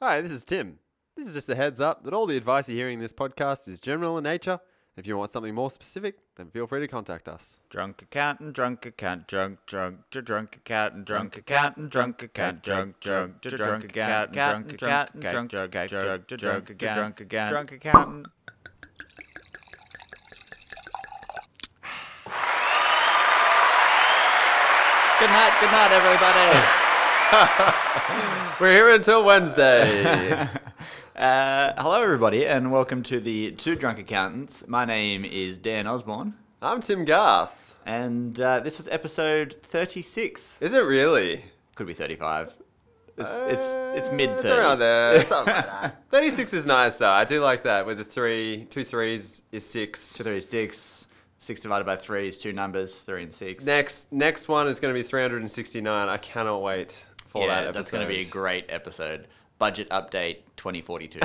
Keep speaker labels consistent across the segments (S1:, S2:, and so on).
S1: Hi, this is Tim. This is just a heads up that all the advice you're hearing in this podcast is general in nature. If you want something more specific, then feel free to contact us.
S2: Drunk accountant, drunk account, drunk, drunk, dr- drunk accountant, drunk accountant, drunk account, drunk, drunk, dr- drunk accountant, drunk accountant, drunk accountant, drunk, dr- drunk accountant, drunk accountant, drunk accountant. Good night, good night, everybody.
S1: We're here until Wednesday.
S2: Uh, hello, everybody, and welcome to the Two Drunk Accountants. My name is Dan Osborne,
S1: I'm Tim Garth.
S2: and uh, this is episode 36.
S1: Is it really?
S2: Could be 35. It's Uh, it's it's mid 30s.
S1: It's around there. It's something like that. 36 is nice though. I do like that. With the three, two threes is six.
S2: Two, three, six. Six divided by three is two numbers, three and six.
S1: Next, next one is going to be 369. I cannot wait for
S2: yeah,
S1: that episode.
S2: that's going to be a great episode. Budget update 2042.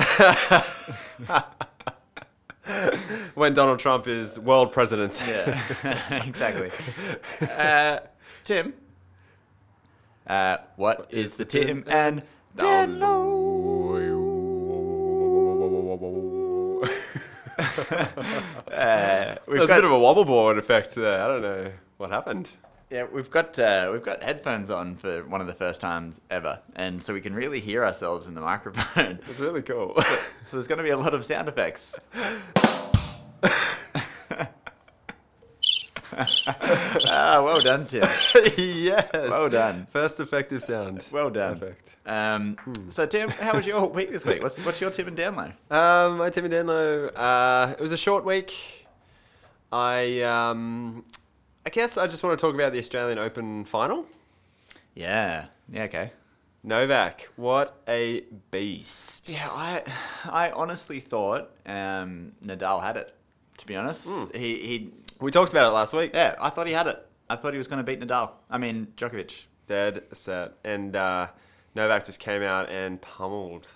S1: when Donald Trump is world president.
S2: yeah, exactly. Uh, Tim, uh, what is the Tim and Dan Low? uh, we've
S1: There's a
S2: got
S1: bit of a wobble board effect there. I don't know what happened.
S2: Yeah, we've got uh, we've got headphones on for one of the first times ever, and so we can really hear ourselves in the microphone.
S1: It's really cool.
S2: so there's going to be a lot of sound effects. ah, well done, Tim.
S1: yes.
S2: Well done.
S1: First effective sound.
S2: Well done.
S1: Perfect.
S2: Um, so, Tim, how was your week this week? What's, what's your Tim and download?
S1: Um, my Tim and Danlow. Uh, it was a short week. I um, I guess I just want to talk about the Australian Open final.
S2: Yeah. Yeah. Okay.
S1: Novak, what a beast.
S2: Yeah, I I honestly thought um, Nadal had it. To be honest,
S1: Hmm.
S2: he he
S1: We talked about it last week.
S2: yeah, I thought he had it. I thought he was going to beat Nadal. I mean Djokovic.
S1: Dead set. And uh, Novak just came out and pummeled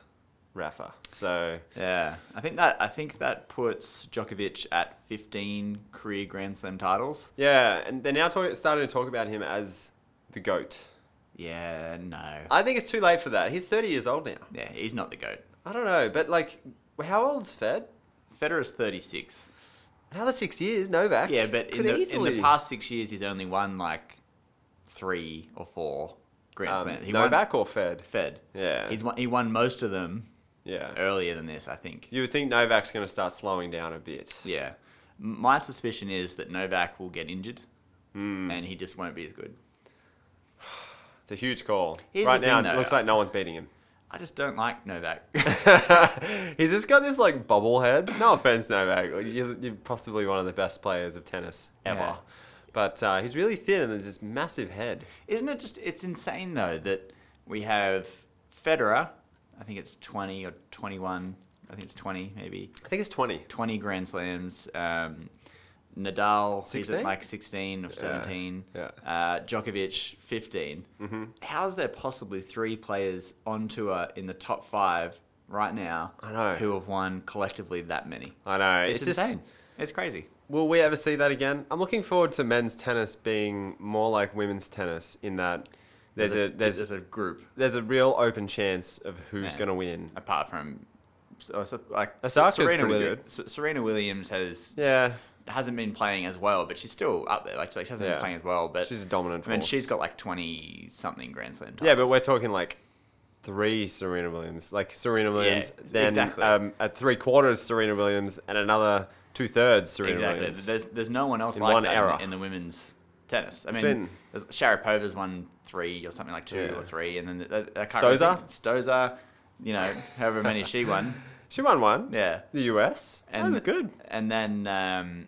S1: Rafa. So
S2: Yeah, I think that I think that puts Djokovic at 15 career Grand Slam titles.
S1: Yeah, and they're now talk- starting to talk about him as the goat.
S2: Yeah, Uh, no.
S1: I think it's too late for that. He's 30 years old now.
S2: Yeah, he's not the goat.
S1: I don't know, but like, how old's Fed?
S2: Federer's 36.
S1: Another six years, Novak.
S2: Yeah, but in
S1: could
S2: the, in
S1: easily.
S2: the past six years, he's only won like three or four Grand
S1: um,
S2: Slams. He won
S1: Novak or Fed?
S2: Fed.
S1: Yeah,
S2: He's won, he won most of them
S1: yeah.
S2: earlier than this, I think.
S1: You would think Novak's going to start slowing down a bit.
S2: Yeah. M- My suspicion is that Novak will get injured,
S1: Hmm.
S2: and he just won't be as good.
S1: It's a huge call.
S2: Here's
S1: right
S2: the
S1: now,
S2: thing,
S1: it
S2: though.
S1: looks like no one's beating him.
S2: I just don't like Novak.
S1: He's just got this like bubble head. No offense, Novak. You're, you're possibly one of the best players of tennis ever.
S2: Yeah.
S1: But uh, he's really thin and there's this massive head.
S2: Isn't it just it's insane though that we have Federer, I think it's 20 or 21, I think it's 20 maybe.
S1: I think it's 20.
S2: 20 Grand Slams. Um, Nadal, he's at
S1: 16?
S2: like 16 or 17.
S1: yeah.
S2: Uh, Djokovic, 15. Mm-hmm. How is there possibly three players on tour in the top five right now
S1: I know.
S2: who have won collectively that many?
S1: I know.
S2: It's, insane. It's crazy.
S1: will we ever see that again? I'm looking forward to men's tennis being more like women's tennis in that there's, a, there's
S2: there's a group
S1: there's a real open chance of who's
S2: Yeah.
S1: going to win.
S2: apart from so- so- like
S1: Osaka's
S2: Serena,
S1: pretty
S2: Williams, Serena Williams has
S1: Yeah,
S2: hasn't been playing as well, but she's still up there. Like, like she hasn't
S1: Yeah.
S2: been playing as well, but
S1: she's a dominant
S2: I
S1: force.
S2: mean, she's got like twenty something Grand Slam. Titles.
S1: Yeah, but we're talking like three Serena Williams, like Serena Williams, then
S2: exactly.
S1: um, a three quarters Serena Williams, and another two thirds Serena
S2: exactly.
S1: Williams.
S2: There's there's no one else
S1: In
S2: like
S1: one
S2: that in-
S1: era.
S2: in the women's tennis. I
S1: It's
S2: mean,
S1: been-
S2: there's- Sharapova's won three or something like two
S1: Yeah.
S2: or three, and then th- th- I can't
S1: Stosur?
S2: remember- Stosur, you know, however many she won.
S1: She won one.
S2: Yeah,
S1: The US. that
S2: And-
S1: was good.
S2: and then um,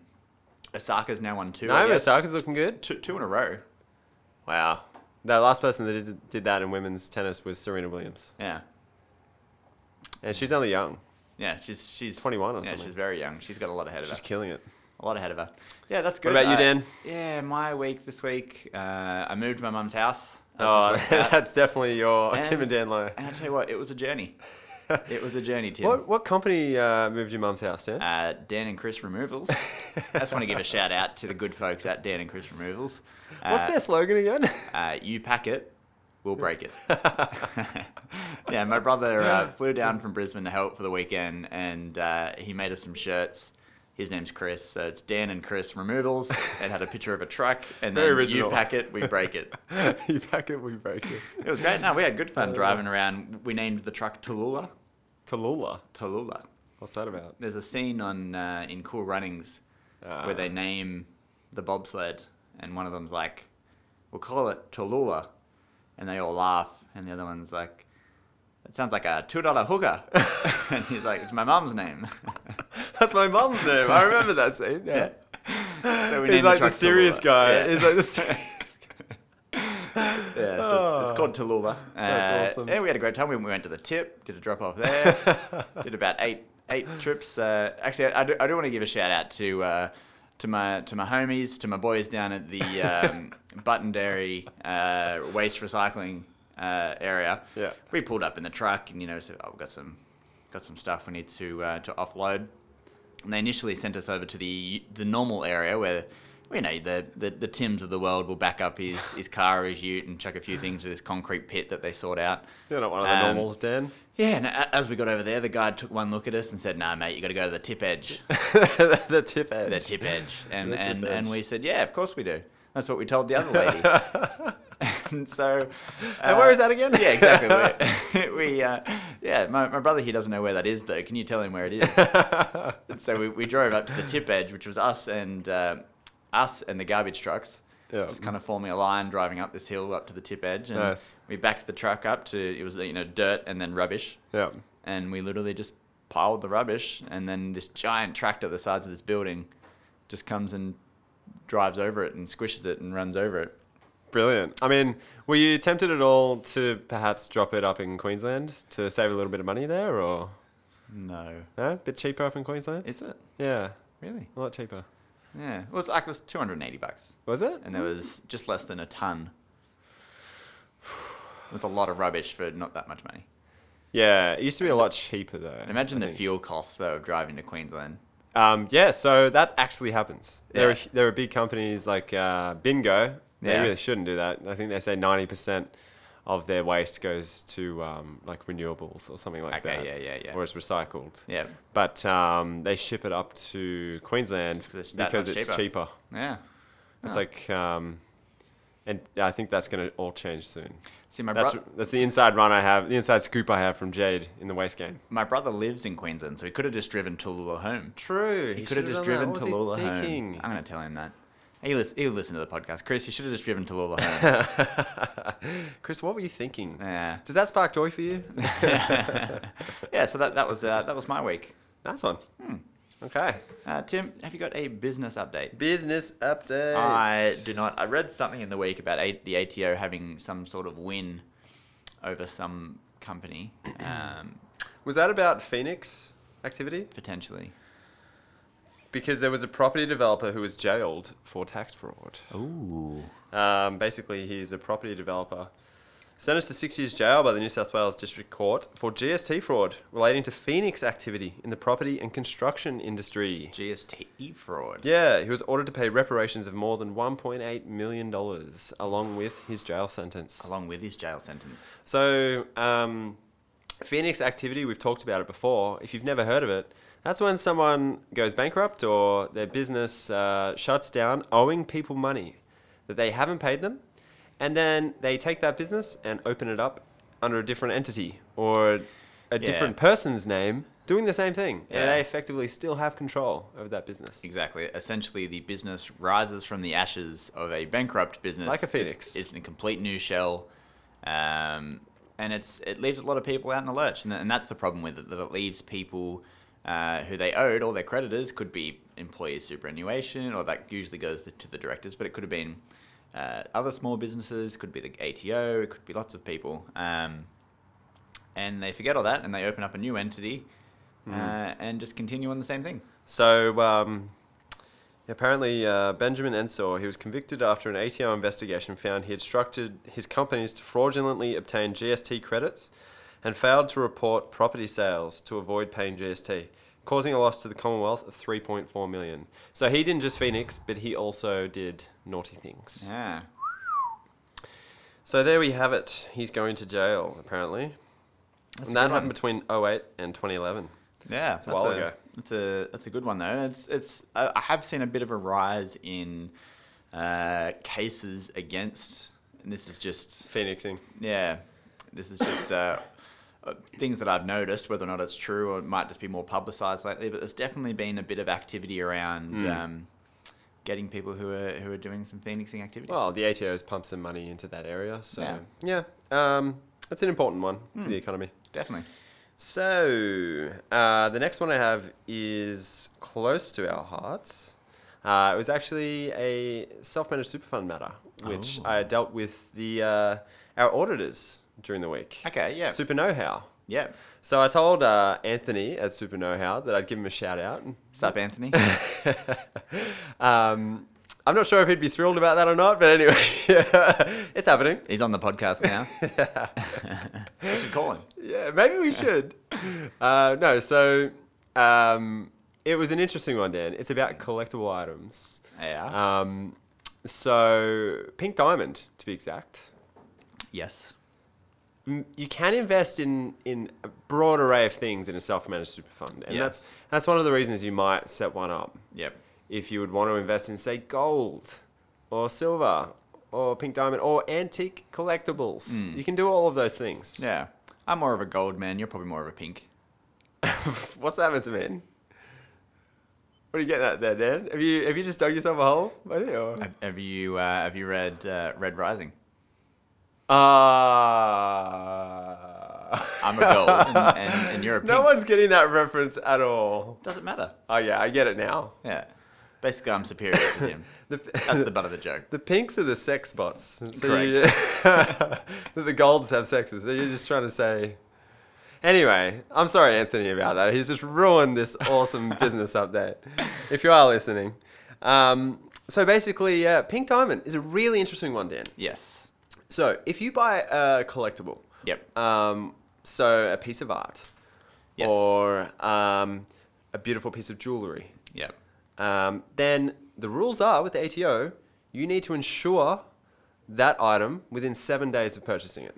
S2: Osaka's now won two. I
S1: Naomi
S2: guess.
S1: Osaka's looking good.
S2: two, two in a row.
S1: Wow. The last person that did, did that in women's tennis was Serena Williams,
S2: Yeah.
S1: and she's only young.
S2: Yeah, she's she's
S1: 21 or
S2: yeah,
S1: something.
S2: She's very young. She's got a lot ahead of
S1: She's
S2: her.
S1: killing it.
S2: A lot ahead of her. Yeah, that's good.
S1: about you,
S2: I-
S1: Dan?
S2: Yeah, my week this week, uh, I moved to my mum's house. as we
S1: Oh,
S2: spoke about.
S1: that's definitely your Tim and
S2: And-
S1: Dan low.
S2: and I tell you what, it was a journey. It was a journey, Tim.
S1: What what company uh, moved your mum's house, Dan?
S2: Uh, Dan and Chris Removals. I just want to give a shout out to the good folks at Dan and Chris Removals. Uh,
S1: What's their slogan again?
S2: Uh, you pack it, we'll break it. yeah, my brother uh, flew down from Brisbane to help for the weekend, and uh, he made us some shirts. His name's Chris, so it's Dan and Chris Removals. It had a picture of a truck, and
S1: Very
S2: then
S1: original.
S2: you pack it, we break it.
S1: you pack it, we break it.
S2: It was great. No, we had good
S1: Uh,
S2: fun driving around. We named the truck Tulula.
S1: Tallulah.
S2: Tulula.
S1: What's that about? Uh,
S2: There's a scene on uh, in Cool Runnings where they name the bobsled, and one of them's like, "We'll call it Tulula," and they all laugh, and the other one's like, "It sounds like a two dollar hooker," and he's like, "It's my mum's name."
S1: That's my mum's name. I remember that scene. Yeah.
S2: so
S1: He's
S2: named
S1: like the
S2: truck
S1: serious
S2: Tallulah.
S1: guy.
S2: Yeah.
S1: He's like the Oh. serious
S2: Yeah, so it's, it's called Tallulah. Uh,
S1: That's awesome.
S2: And we had a great time. We we went to the tip, did a drop off there, did about eight eight trips. Uh, actually, I do, I do want to give a shout out to uh, to my to my homies, to my boys down at the um, Button Dairy uh, waste recycling uh, area.
S1: Yeah.
S2: we pulled up in the truck, and you know, said, "Oh, we've got some got some stuff we need to uh, to offload." And they initially sent us over to the the normal area where, you know, the, the, the Tims of the world will back up his, his car or his ute and chuck a few things with this concrete pit that they sort out.
S1: You're not one of the
S2: Um,
S1: normals, Dan.
S2: Yeah, and a- as we got over there, the guy took one look at us and said, "No, mate, you got to go to the tip edge,
S1: the tip edge.
S2: the tip edge." And
S1: The tip
S2: and,
S1: edge.
S2: and we said, "Yeah, of course we do." That's what we told the other lady. and so,
S1: And where is that again?
S2: Yeah, exactly. we we, uh, yeah, my, my brother here doesn't know where that is though. Can you tell him where it is? And so we, we drove up to the tip edge, which was us and uh, us and the garbage trucks.
S1: Yeah.
S2: Just kind of forming a line driving up this hill up to the tip edge, and
S1: Nice.
S2: we backed the truck up to it was you know dirt and then rubbish,
S1: Yeah.
S2: and we literally just piled the rubbish, and then this giant tractor the size of this building just comes and drives over it and squishes it and runs over it.
S1: Brilliant. I mean, were you tempted at all to perhaps drop it up in Queensland to save a little bit of money there, or
S2: No,
S1: no? A bit cheaper up in Queensland?
S2: is it
S1: yeah,
S2: really?
S1: a lot cheaper.
S2: Yeah, it was like it was two hundred and eighty bucks.
S1: Was it?
S2: and there was just less than a ton. It was a lot of rubbish for not that much money.
S1: Yeah, it used to be a lot cheaper though.
S2: Imagine
S1: I
S2: the
S1: think.
S2: fuel costs though of driving to Queensland.
S1: Um, yeah, so that actually happens. There,
S2: Yeah.
S1: are, there are big companies like uh, Bingo. They
S2: Yeah.
S1: really shouldn't do that. I think they say ninety percent of their waste goes to um, like renewables or something like
S2: Okay,
S1: that.
S2: yeah, yeah, yeah.
S1: Or is recycled.
S2: Yeah,
S1: But um, they ship it up to Queensland
S2: Just 'cause it's that
S1: because
S2: much
S1: it's cheaper.
S2: cheaper. yeah.
S1: It's
S2: Oh.
S1: like, um, and I think that's going to all change soon.
S2: See, my
S1: That's,
S2: bro-
S1: that's the inside run I have, the inside scoop I have from Jade in the waste game.
S2: my brother lives in Queensland, so he could have just driven Tulula home.
S1: True.
S2: He, could have just driven Tulula home. I'm gonna tell him that. He lis- he'll listen to the podcast. Chris, you should have just driven Tulula home.
S1: Chris, what were you thinking?
S2: yeah.
S1: Does that spark joy for you?
S2: yeah. So that that was uh, that was my week.
S1: nice one.
S2: Hmm.
S1: Okay.
S2: Uh, Tim, have you got a business update?
S1: Business updates.
S2: I do not. I read something in the week about a, the ATO having some sort of win over some company, um,
S1: Was that about Phoenix activity?
S2: potentially.
S1: Because there was a property developer who was jailed for tax fraud.
S2: Ooh.
S1: Um, basically, he's a property developer. Sentenced to six years jail by the New South Wales District Court for GST fraud relating to Phoenix activity in the property and construction industry.
S2: GST fraud.
S1: Yeah, he was ordered to pay reparations of more than $1.8 million along with his jail sentence.
S2: Along with his jail sentence.
S1: So, um, Phoenix activity, we've talked about it before. If you've never heard of it, that's when someone goes bankrupt or their business uh, shuts down, owing people money that they haven't paid them. And then they take that business and open it up under a different entity or a different person's name doing the same thing. And
S2: Yeah.
S1: they effectively still have control over that business.
S2: Exactly. Essentially, the business rises from the ashes of a bankrupt business.
S1: Like a
S2: Just-
S1: phoenix.
S2: It's in a complete new shell. Um, and it's it leaves a lot of people out in the lurch. And, and that's the problem with it, that it leaves people uh, who they owed, all their creditors, could be employee superannuation, or that usually goes to the directors, but it could have been uh, other small businesses, could be the ATO, it could be lots of people. Um, and they forget all that and they open up a new entity uh, and just continue on the same thing.
S1: So um, apparently, uh, Benjamin Ensor, he was convicted after an ATO investigation found he instructed his companies to fraudulently obtain GST credits and failed to report property sales to avoid paying GST, causing a loss to the Commonwealth of 3.4 million. So he didn't just Phoenix, but he also did naughty things.
S2: Yeah.
S1: So there we have it. He's going to jail apparently. and that happened between 08 and 2011.
S2: Yeah,
S1: a while ago.
S2: That's a that's a good one though. And it's it's I I have seen a bit of a rise in uh, cases against, and this is just
S1: Phoenixing.
S2: yeah, this is just uh, uh, things that I've noticed. Whether or not it's true, or it might just be more publicised lately. But there's definitely been a bit of activity around um, getting people who are who are doing some phoenixing activities.
S1: Well, the ATO's pumped some money into that area, so yeah, um, that's an important one
S2: Hmm.
S1: for the economy.
S2: definitely.
S1: So, uh, the next one I have is close to our hearts. Uh, it was actually a self-managed super fund matter, which
S2: Oh.
S1: I dealt with the uh, our auditors during the week.
S2: Okay, yeah.
S1: Super Know How.
S2: Yeah.
S1: So I told uh, Anthony at Super Know How that I'd give him a shout out.
S2: Sup, Anthony?
S1: Um, I'm not sure if he'd be thrilled about that or not, but anyway, it's happening.
S2: He's on the podcast now. we should call him.
S1: Yeah, maybe we should. uh, no, so um, it was an interesting one, Dan. It's about collectible items.
S2: Yeah.
S1: Um, so, Pink Diamond, to be exact.
S2: yes.
S1: M- You can invest in, in a broad array of things in a self managed super fund. And that's,
S2: Yes.
S1: that's one of the reasons you might set one up.
S2: Yep.
S1: if you would want to invest in, say, gold or silver or pink diamond or antique collectibles. You can do all of those things.
S2: Hmm. Yeah. I'm more of a gold man. You're probably more of a pink.
S1: What's that meant to mean? What are you getting at there, Dan? Have you have you just dug yourself a hole, buddy? Or?
S2: Have, have you uh, have you read uh, Red Rising?
S1: Ah. Uh...
S2: I'm a gold, and, and, and you're a pink.
S1: no one's getting that reference at all.
S2: Doesn't matter.
S1: Oh yeah, I get it now.
S2: Yeah. Basically, I'm superior to him.
S1: The,
S2: That's the butt of the joke.
S1: The pinks are the sex bots. So you- the golds have sexes. So you're just trying to say. Anyway, I'm sorry, Anthony, about that. He's just ruined this awesome business update. If you are listening. Um, so basically, uh, Pink Diamond is a really interesting one, Dan.
S2: Yes.
S1: So if you buy a collectible,
S2: Yep.
S1: um, so a piece of art,
S2: Yes.
S1: or um, a beautiful piece of jewelry,
S2: Yep.
S1: um, then the rules are with the ATO, you need to insure that item within seven days of purchasing it.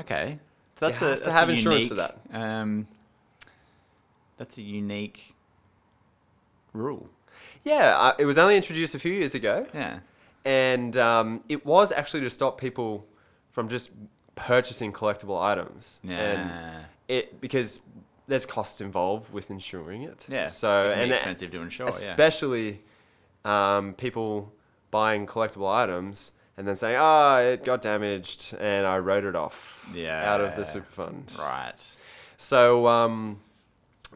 S2: Okay. So that's
S1: have
S2: a
S1: to
S2: that's a
S1: have insurance for
S2: unique, Um, that's a unique rule.
S1: Yeah, uh, it was only introduced a few years ago,
S2: Yeah.
S1: and um, it was actually to stop people from just purchasing collectible items. And
S2: Yeah.
S1: it because there's costs involved with insuring it.
S2: yeah.
S1: So
S2: it can
S1: and
S2: be
S1: a-
S2: expensive to insure. yeah.
S1: especially um, people buying collectible items and then saying, "Ah, it got damaged, and I wrote it off out of the
S2: Yeah.
S1: super fund."
S2: Right.
S1: So, um,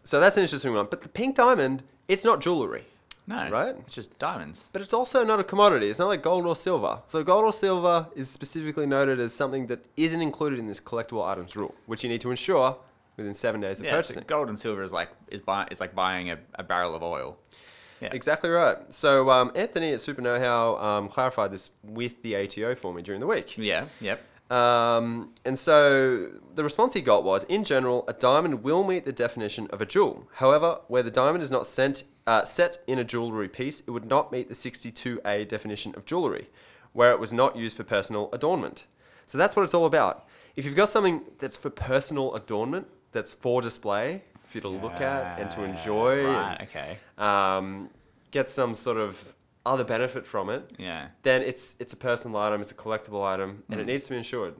S1: so that's an interesting one. But the pink diamond, it's not jewelry,
S2: No.
S1: Right?
S2: It's just diamonds.
S1: but it's also not a commodity. It's not like gold or silver. So, gold or silver is specifically noted as something that isn't included in this collectible items rule, which you need to ensure within seven days of
S2: Yeah. so
S1: purchasing.
S2: gold and silver is like is buy, is like buying a, a barrel of oil. Yeah.
S1: Exactly right. So um, Anthony at Super Know How um, clarified this with the ATO for me during the week.
S2: Yeah. Yep.
S1: Um, and so the response he got was in general, a diamond will meet the definition of a jewel. However, where the diamond is not sent, uh, set in a jewelry piece, it would not meet the 62A definition of jewelry, where it was not used for personal adornment. So that's what it's all about. If you've got something that's for personal adornment, that's for display, for you to look at and to
S2: Uh,
S1: enjoy,
S2: Right.
S1: and,
S2: Okay.
S1: um, get some sort of other benefit from it,
S2: Yeah.
S1: then it's it's a personal item, it's a collectible item, and it needs to be insured.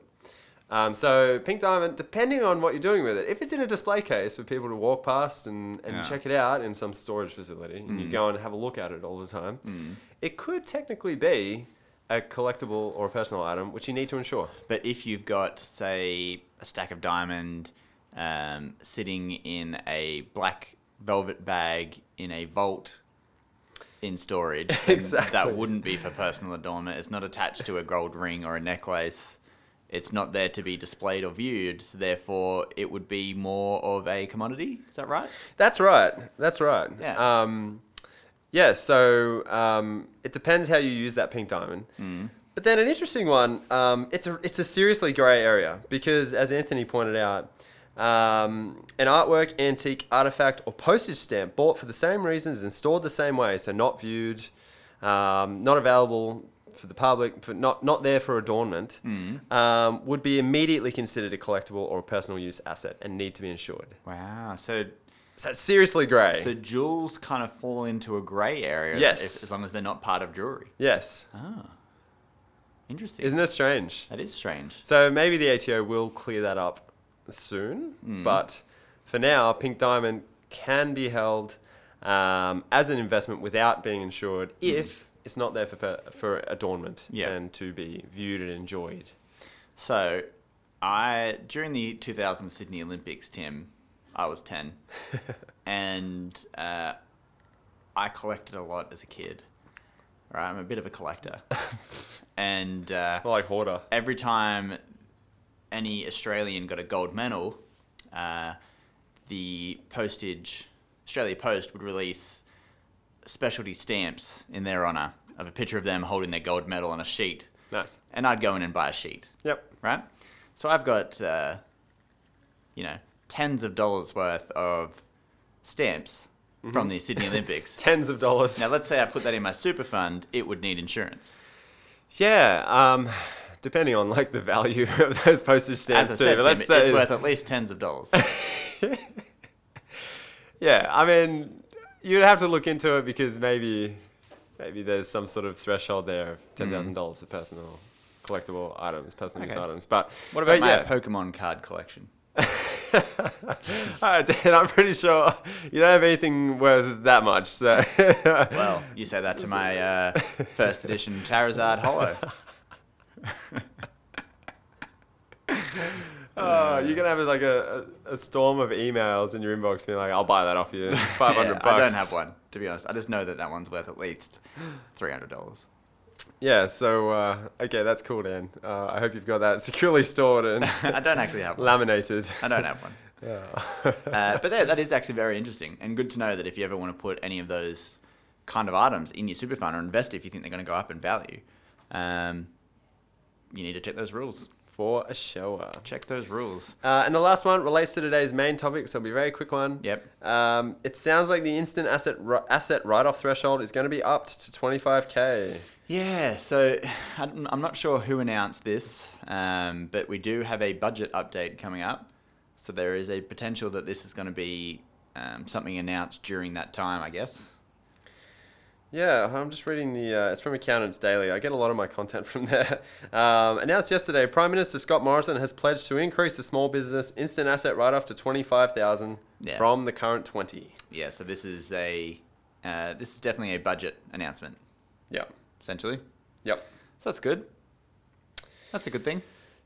S1: Um, so pink diamond, depending on what you're doing with it, if it's in a display case for people to walk past and, and
S2: Yeah.
S1: check it out in some storage facility, and you go and have a look at it all the time, it could technically be a collectible or a personal item which you need to insure.
S2: But if you've got, say, a stack of diamond um, sitting in a black velvet bag in a vault in storage, then
S1: Exactly.
S2: that wouldn't be for personal adornment. It's not attached to a gold ring or a necklace. It's not there to be displayed or viewed, so therefore it would be more of a commodity. Is that right?
S1: That's right. That's right.
S2: Yeah.
S1: Um, yeah. So um, it depends how you use that pink diamond.
S2: Mm.
S1: But then an interesting one. Um, it's a it's a seriously grey area because, as Anthony pointed out, um, an artwork, antique, artifact, or postage stamp bought for the same reasons and stored the same way, so not viewed, um, not available for the public, for not not there for adornment,
S2: Mm.
S1: um, would be immediately considered a collectible or personal use asset and need to be insured.
S2: Wow. So
S1: So it's seriously grey.
S2: so jewels kind of fall into a grey area.
S1: Yes.
S2: if- as long as they're not part of jewelry.
S1: yes,
S2: Ah. Interesting.
S1: isn't it strange?
S2: that is strange.
S1: So maybe the ATO will clear that up soon,
S2: Hmm.
S1: but for now, Pink Diamond can be held um, as an investment without being insured if it's not there for per- for adornment
S2: Hmm. Yeah.
S1: and to be viewed and enjoyed.
S2: So, I during the 2000 Sydney Olympics, Tim, I was 10, and uh, I collected a lot as a kid. Right, I'm a bit of a collector, and uh,
S1: I like hoarder.
S2: every time any Australian got a gold medal, uh, the postage Australia Post would release specialty stamps in their honour of a picture of them holding their gold medal on a sheet,
S1: Nice.
S2: and I'd go in and buy a sheet
S1: Yep.
S2: right? So I've got, uh, you know, tens of dollars worth of stamps
S1: Mm-hmm.
S2: from the Sydney Olympics.
S1: Tens of dollars.
S2: now, let's say I put that in my super fund, it would need insurance.
S1: Yeah. Um, depending on like the value of those postage
S2: As
S1: stamps
S2: I
S1: too.
S2: said,
S1: but
S2: Tim,
S1: let's
S2: it's
S1: say
S2: worth at least tens of dollars.
S1: Yeah, I mean, you'd have to look into it because maybe, maybe there's some sort of threshold there of
S2: Mm.
S1: ten thousand dollars for personal collectible items, personal use
S2: Okay.
S1: items. But
S2: What about
S1: but
S2: my
S1: yeah,
S2: Pokemon card collection?
S1: Alright, Dan, I'm pretty sure you don't have anything worth that much. So,
S2: Well, you say that to my uh, first edition Charizard Hollow.
S1: Oh, you're gonna have like a, a, a storm of emails in your inbox, being like, "I'll buy that off you, five hundred
S2: Yeah,
S1: bucks."
S2: I don't have one, to be honest. I just know that that one's worth at least $300.
S1: Yeah, so uh, okay, that's cool, Dan. Uh, I hope you've got that securely stored and
S2: I don't actually have one.
S1: laminated.
S2: I don't have one.
S1: Yeah.
S2: uh, but there, that is actually very interesting and good to know that if you ever want to put any of those kind of items in your super fund or invest if you think they're going to go up in value, um, you need to check those rules.
S1: for a shower.
S2: Check those rules.
S1: Uh, and the last one relates to today's main topic, so it'll be a very quick one.
S2: Yep.
S1: Um, it sounds like the instant asset ri- asset write off threshold is going to be upped to 25k.
S2: Yeah, so I'm I'm not sure who announced this, um, but we do have a budget update coming up. So there is a potential that this is going to be um, something announced during that time, I guess.
S1: Yeah, I'm just reading the. Uh, it's from Accountants Daily. I get a lot of my content from there. Um, announced yesterday, Prime Minister Scott Morrison has pledged to increase the small business instant asset write off to 25,000
S2: Yeah.
S1: from the current 20.
S2: Yeah, so this is a uh, this is definitely a budget announcement,
S1: Yep.
S2: essentially.
S1: Yep.
S2: So that's good. That's a good thing.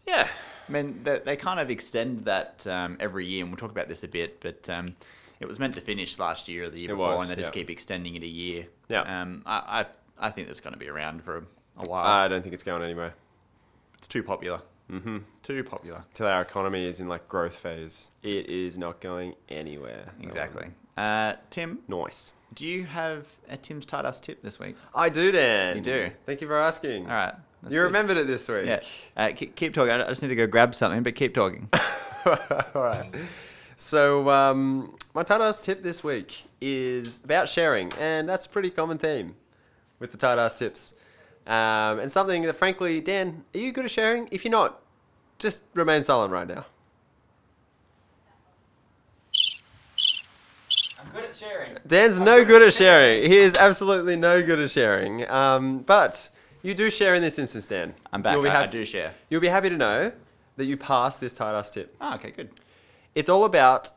S1: Yeah.
S2: I mean, they, they kind of extend that um, every year, and we'll talk about this a bit, but um, it was meant to finish last year or the year
S1: It
S2: before,
S1: was,
S2: and they just
S1: yeah.
S2: keep extending it a year.
S1: Yeah.
S2: Um, I, I, I think it's going to be around for a while.
S1: I don't think it's going anywhere.
S2: it's too popular. Uh, Mm-hmm. Too popular.
S1: Till our economy is in like growth phase, it is not going anywhere.
S2: Exactly. Uh, Tim,
S1: Nice.
S2: do you have a Tim's Titus tip this week?
S1: I do, Dan.
S2: You do.
S1: Thank you for asking.
S2: All right. that's
S1: You
S2: good.
S1: remembered it this week.
S2: Yeah. Uh, keep, keep talking. I I just need to go grab something, but keep talking.
S1: All right. So, um, my Tardas tip this week is about sharing, and that's a pretty common theme with the Tardas tips. Um, and something that, frankly, Dan, are you good at sharing? If you're not, just remain silent right now.
S2: I'm good at sharing.
S1: Dan's no good at sharing. He is absolutely no good at sharing. Um, but you do share in this instance, Dan.
S2: I'm back.
S1: You'll be
S2: I, I
S1: hap-
S2: do share.
S1: You'll be happy to know that you passed this Tardas tip.
S2: Oh, okay, good.
S1: It's all about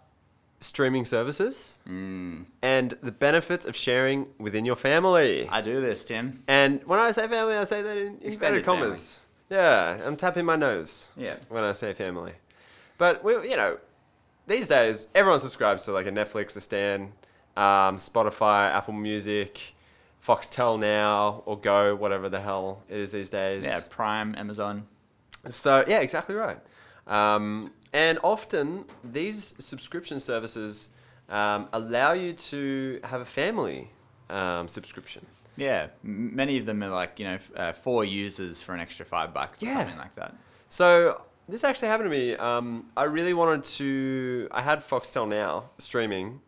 S1: streaming services
S2: Mm.
S1: and the benefits of sharing within your family.
S2: I do this, Tim.
S1: and when I say family, I say that in extended
S2: Extended
S1: commas. Yeah, I'm tapping my nose
S2: Yeah.
S1: when I say family. But we, you know, these days everyone subscribes to like a Netflix, a Stan, um, Spotify, Apple Music, Foxtel Now, or Go, whatever the hell it is these days.
S2: Yeah, Prime, Amazon.
S1: So yeah, exactly right. Um, and often these subscription services um, allow you to have a family um, subscription.
S2: Yeah, m- many of them are like you know f- uh, four users for an extra five bucks or
S1: Yeah.
S2: something like that.
S1: So this actually happened to me. Um, I really wanted to. I had Foxtel now streaming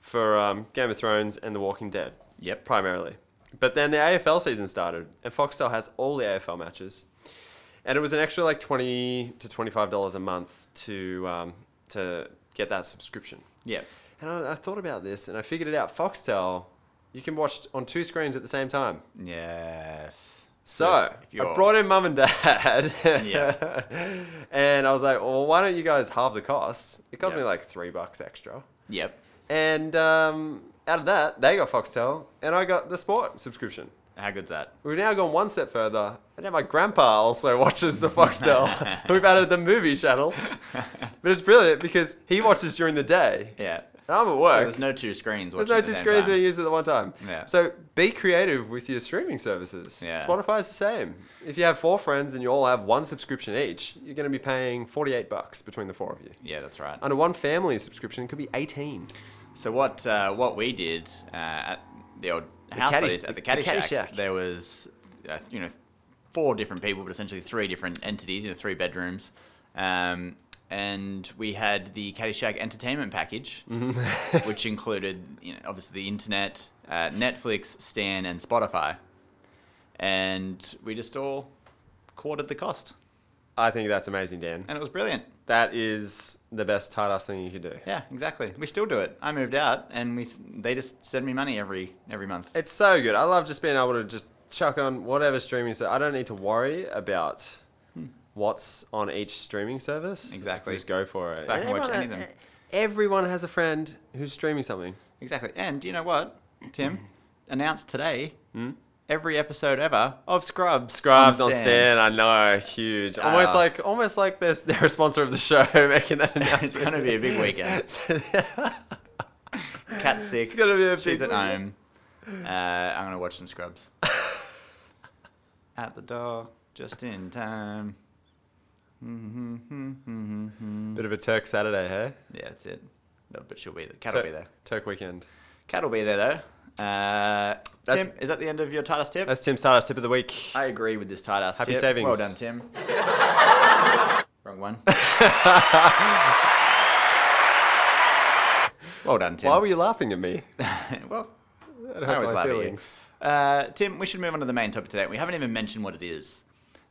S1: for um, Game of Thrones and The Walking Dead
S2: Yep.
S1: primarily. But then the AFL season started, and Foxtel has all the AFL matches, and it was an extra like twenty to twenty five dollars a month to um, to get that subscription.
S2: Yeah.
S1: And I, I thought about this, and I figured it out. Foxtel, you can watch on two screens at the same time.
S2: Yes.
S1: So
S2: if
S1: I
S2: you're-
S1: brought in mum and dad.
S2: Yeah.
S1: and I was like, well, why don't you guys halve the cost? It cost
S2: Yeah.
S1: me like three bucks extra.
S2: Yep.
S1: And um, out of that, they got Foxtel and I got the sport subscription.
S2: How good's that?
S1: We've now gone one step further. And now my grandpa also watches the Foxtel. We've added the movie channels. But it's brilliant because he watches during the day.
S2: yeah.
S1: And I'm at
S2: So
S1: work.
S2: there's no two screens.
S1: There's
S2: watching
S1: no
S2: at the
S1: two
S2: same
S1: screens
S2: time.
S1: being used at the one time.
S2: Yeah.
S1: So be creative with your streaming services.
S2: Yeah.
S1: Spotify's the same. If you have four friends and you all have one subscription each, you're going to be paying 48 bucks between the four of you.
S2: Yeah, that's right.
S1: Under one family subscription, it could be 18.
S2: So what uh, what we did uh, at the old
S1: The
S2: house
S1: caddy-
S2: that is- at the
S1: the
S2: caddy,
S1: caddy
S2: shack,
S1: shack.
S2: there was uh, you know four different people, but essentially three different entities, you know, three bedrooms, um, and we had the caddy shack entertainment package,
S1: Mm-hmm.
S2: which included you know obviously the internet, uh, Netflix, Stan, and Spotify, and we just all quartered the cost,
S1: I think that's amazing, Dan.
S2: and it was brilliant.
S1: That is the best tight ass thing you could do.
S2: Yeah, exactly. We still do it. I moved out, and we s- they just send me money every every month.
S1: It's so good. I love just being able to just chuck on whatever streaming service. I don't need to worry about what's on each streaming service. I can
S2: Hmm. Exactly.
S1: Just go for it.
S2: So I can
S1: And
S2: watch
S1: everyone-
S2: any of them.
S1: Everyone has a friend who's streaming something.
S2: Exactly. And you know what, Tim? Announced today every episode ever of Hmm? Scrubs.
S1: Scrubs on
S2: Stan.
S1: Stan, I know, huge. almost
S2: Ah.
S1: like, almost like they're, they're a sponsor of the show making that announcement.
S2: It's gonna be a big weekend. Cat's sick.
S1: It's gonna be a
S2: She's
S1: big
S2: at
S1: weekend.
S2: home. Uh, I'm gonna watch some Scrubs. at the door, just in time. Hmm.
S1: Bit of a Turk Saturday, hey?
S2: Yeah, that's it. No, but she'll be there. Cat'll
S1: Tur-
S2: be there.
S1: Turk weekend.
S2: Cat'll be there though. Uh,
S1: That's-
S2: Tim, is that the end of your Titus tip?
S1: That's Tim Stardust tip of the week.
S2: I agree with this tight ass.
S1: Happy
S2: tip.
S1: savings.
S2: Well done, Tim. Wrong one. well done, Tim.
S1: Why were you laughing at me?
S2: well,
S1: That
S2: I
S1: hurts my
S2: always laugh at you.
S1: feelings.
S2: Uh, Tim, we should move on to the main topic today. We haven't even mentioned what it is.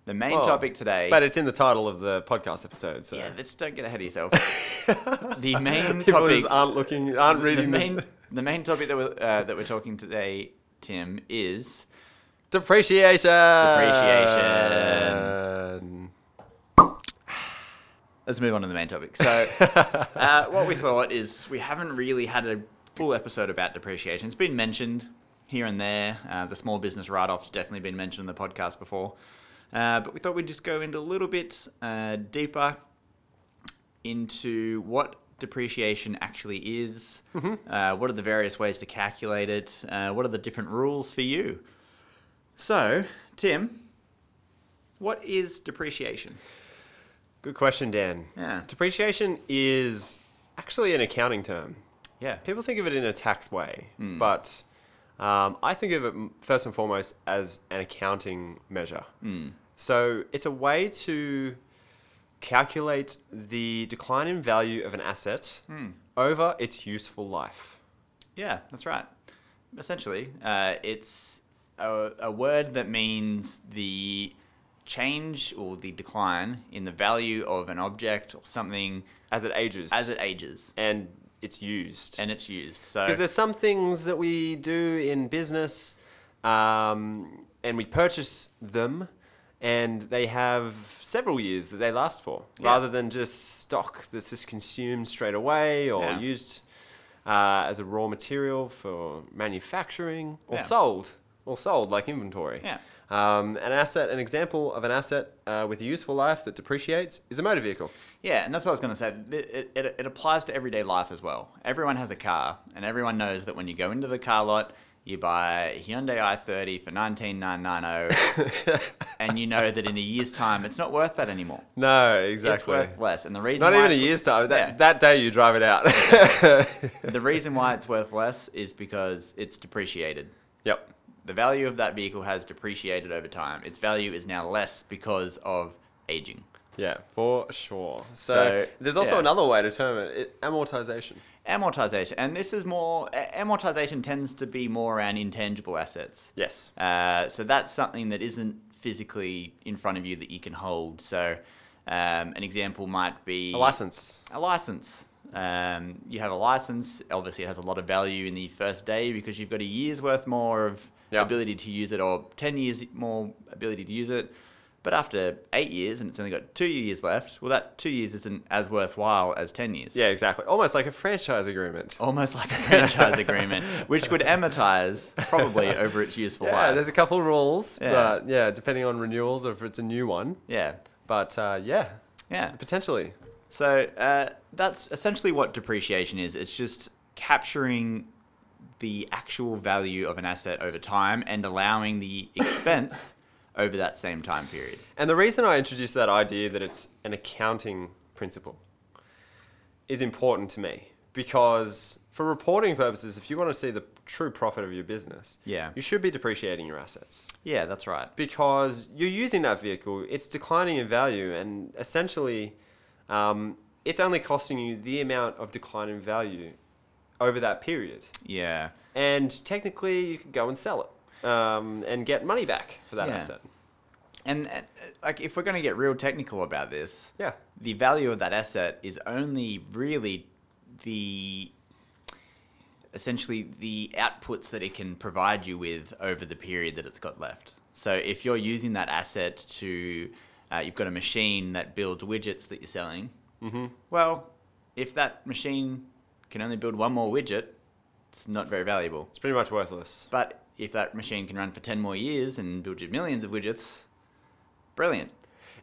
S2: The main
S1: Oh,
S2: topic today.
S1: But it's in the title of the podcast episode, so.
S2: yeah, let's don't get ahead of yourself. the main
S1: People
S2: topic.
S1: just aren't looking, aren't
S2: the
S1: reading the
S2: main the main topic that we're uh, that we're talking today, Tim, is
S1: Depreciation.
S2: Depreciation. Let's move on to the main topic. So, uh, what we thought is we haven't really had a full episode about depreciation. It's been mentioned here and there. Uh, the small business write off's definitely been mentioned in the podcast before. Uh, but we thought we'd just go into a little bit uh, deeper into what depreciation actually is, uh, what are the various ways to calculate it, uh, what are the different rules for you. So, Tim, what is depreciation?
S1: Good question, Dan.
S2: Yeah.
S1: Depreciation is actually an accounting term.
S2: Yeah.
S1: People think of it in a tax way,
S2: Hmm.
S1: but um, I think of it m- first and foremost as an accounting measure.
S2: Hmm.
S1: So it's a way to calculate the decline in value of an asset
S2: Hmm.
S1: over its useful life.
S2: Yeah, that's right. Essentially, uh, it's a, a word that means the change or the decline in the value of an object or something
S1: As it ages.
S2: as it ages
S1: and it's used.
S2: and it's used. So
S1: Because there's some things that we do in business, um, and we purchase them, and they have several years that they last for,
S2: Yeah.
S1: rather than just stock that's just consumed straight away or
S2: Yeah.
S1: used uh, as a raw material for manufacturing or
S2: Yeah.
S1: sold or sold like inventory.
S2: Yeah.
S1: Um, an asset, an example of an asset uh, with a useful life that depreciates is a motor vehicle.
S2: Yeah, and that's what I was going to say. It, it, it applies to everyday life as well. Everyone has a car, and everyone knows that when you go into the car lot, you buy a Hyundai i30 for 19990 and you know that in a year's time it's not worth that anymore.
S1: No, exactly.
S2: It's worth less. And the reason
S1: Not
S2: why
S1: even a
S2: it's-
S1: year's time. That,
S2: Yeah.
S1: that day you drive it out.
S2: the reason why it's worth less is because it's depreciated.
S1: yep.
S2: The value of that vehicle has depreciated over time. Its value is now less because of aging.
S1: Yeah, for sure. So,
S2: So,
S1: there's also
S2: yeah.
S1: another way to term it, it amortization.
S2: Amortization, and this is more a- amortization tends to be more around intangible assets.
S1: Yes.
S2: Uh, so that's something that isn't physically in front of you that you can hold. So um, an example might be
S1: A license.
S2: A license. Um, you have a license. Obviously, it has a lot of value in the first day because you've got a year's worth more of
S1: Yeah.
S2: ability to use it, or ten years more ability to use it. But after eight years, and it's only got two years left, well, that two years isn't as worthwhile as ten years.
S1: Yeah, exactly. Almost like a franchise agreement.
S2: Almost like a franchise agreement, which would amortize probably over its useful
S1: yeah,
S2: life.
S1: there's a couple rules,
S2: Yeah.
S1: but yeah, depending on renewals or if it's a new one.
S2: yeah,
S1: But uh, yeah,
S2: yeah.
S1: potentially.
S2: So uh, that's essentially what depreciation is. It's just capturing the actual value of an asset over time and allowing the expense over that same time period.
S1: And the reason I introduced that idea that it's an accounting principle is important to me because for reporting purposes, if you want to see the true profit of your business,
S2: Yeah.
S1: you should be depreciating your assets
S2: Yeah, that's right.
S1: because you're using that vehicle, it's declining in value, and essentially, um, it's only costing you the amount of decline in value over that period.
S2: Yeah.
S1: And technically, you could go and sell it um, and get money back for that
S2: Yeah.
S1: asset.
S2: And uh, like if we're going to get real technical about this,
S1: Yeah.
S2: the value of that asset is only really the essentially the outputs that it can provide you with over the period that it's got left. So if you're using that asset to, uh, you've got a machine that builds widgets that you're selling.
S1: Mm-hmm.
S2: Well, if that machine can only build one more widget, it's not very valuable.
S1: It's pretty much worthless.
S2: But if that machine can run for 10 more years and build you millions of widgets, brilliant.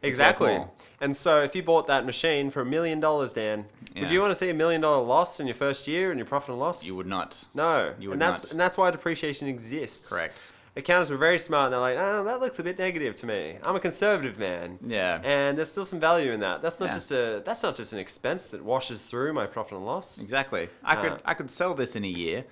S2: It's worth
S1: Exactly.
S2: more.
S1: And so, if you bought that machine for a million dollars, Dan, would
S2: Yeah.
S1: you want to see a million dollar loss in your first year and your profit and loss?
S2: You would not.
S1: No.
S2: You would
S1: and that's
S2: not.
S1: and that's why depreciation exists.
S2: Correct.
S1: Accountants were very smart, and they're like, "Oh, that looks a bit negative to me. I'm a conservative man."
S2: Yeah.
S1: And there's still some value in that. That's not
S2: Yeah.
S1: just a that's not just an expense that washes through my profit and loss.
S2: Exactly. I
S1: Uh,
S2: could I could sell this in a year,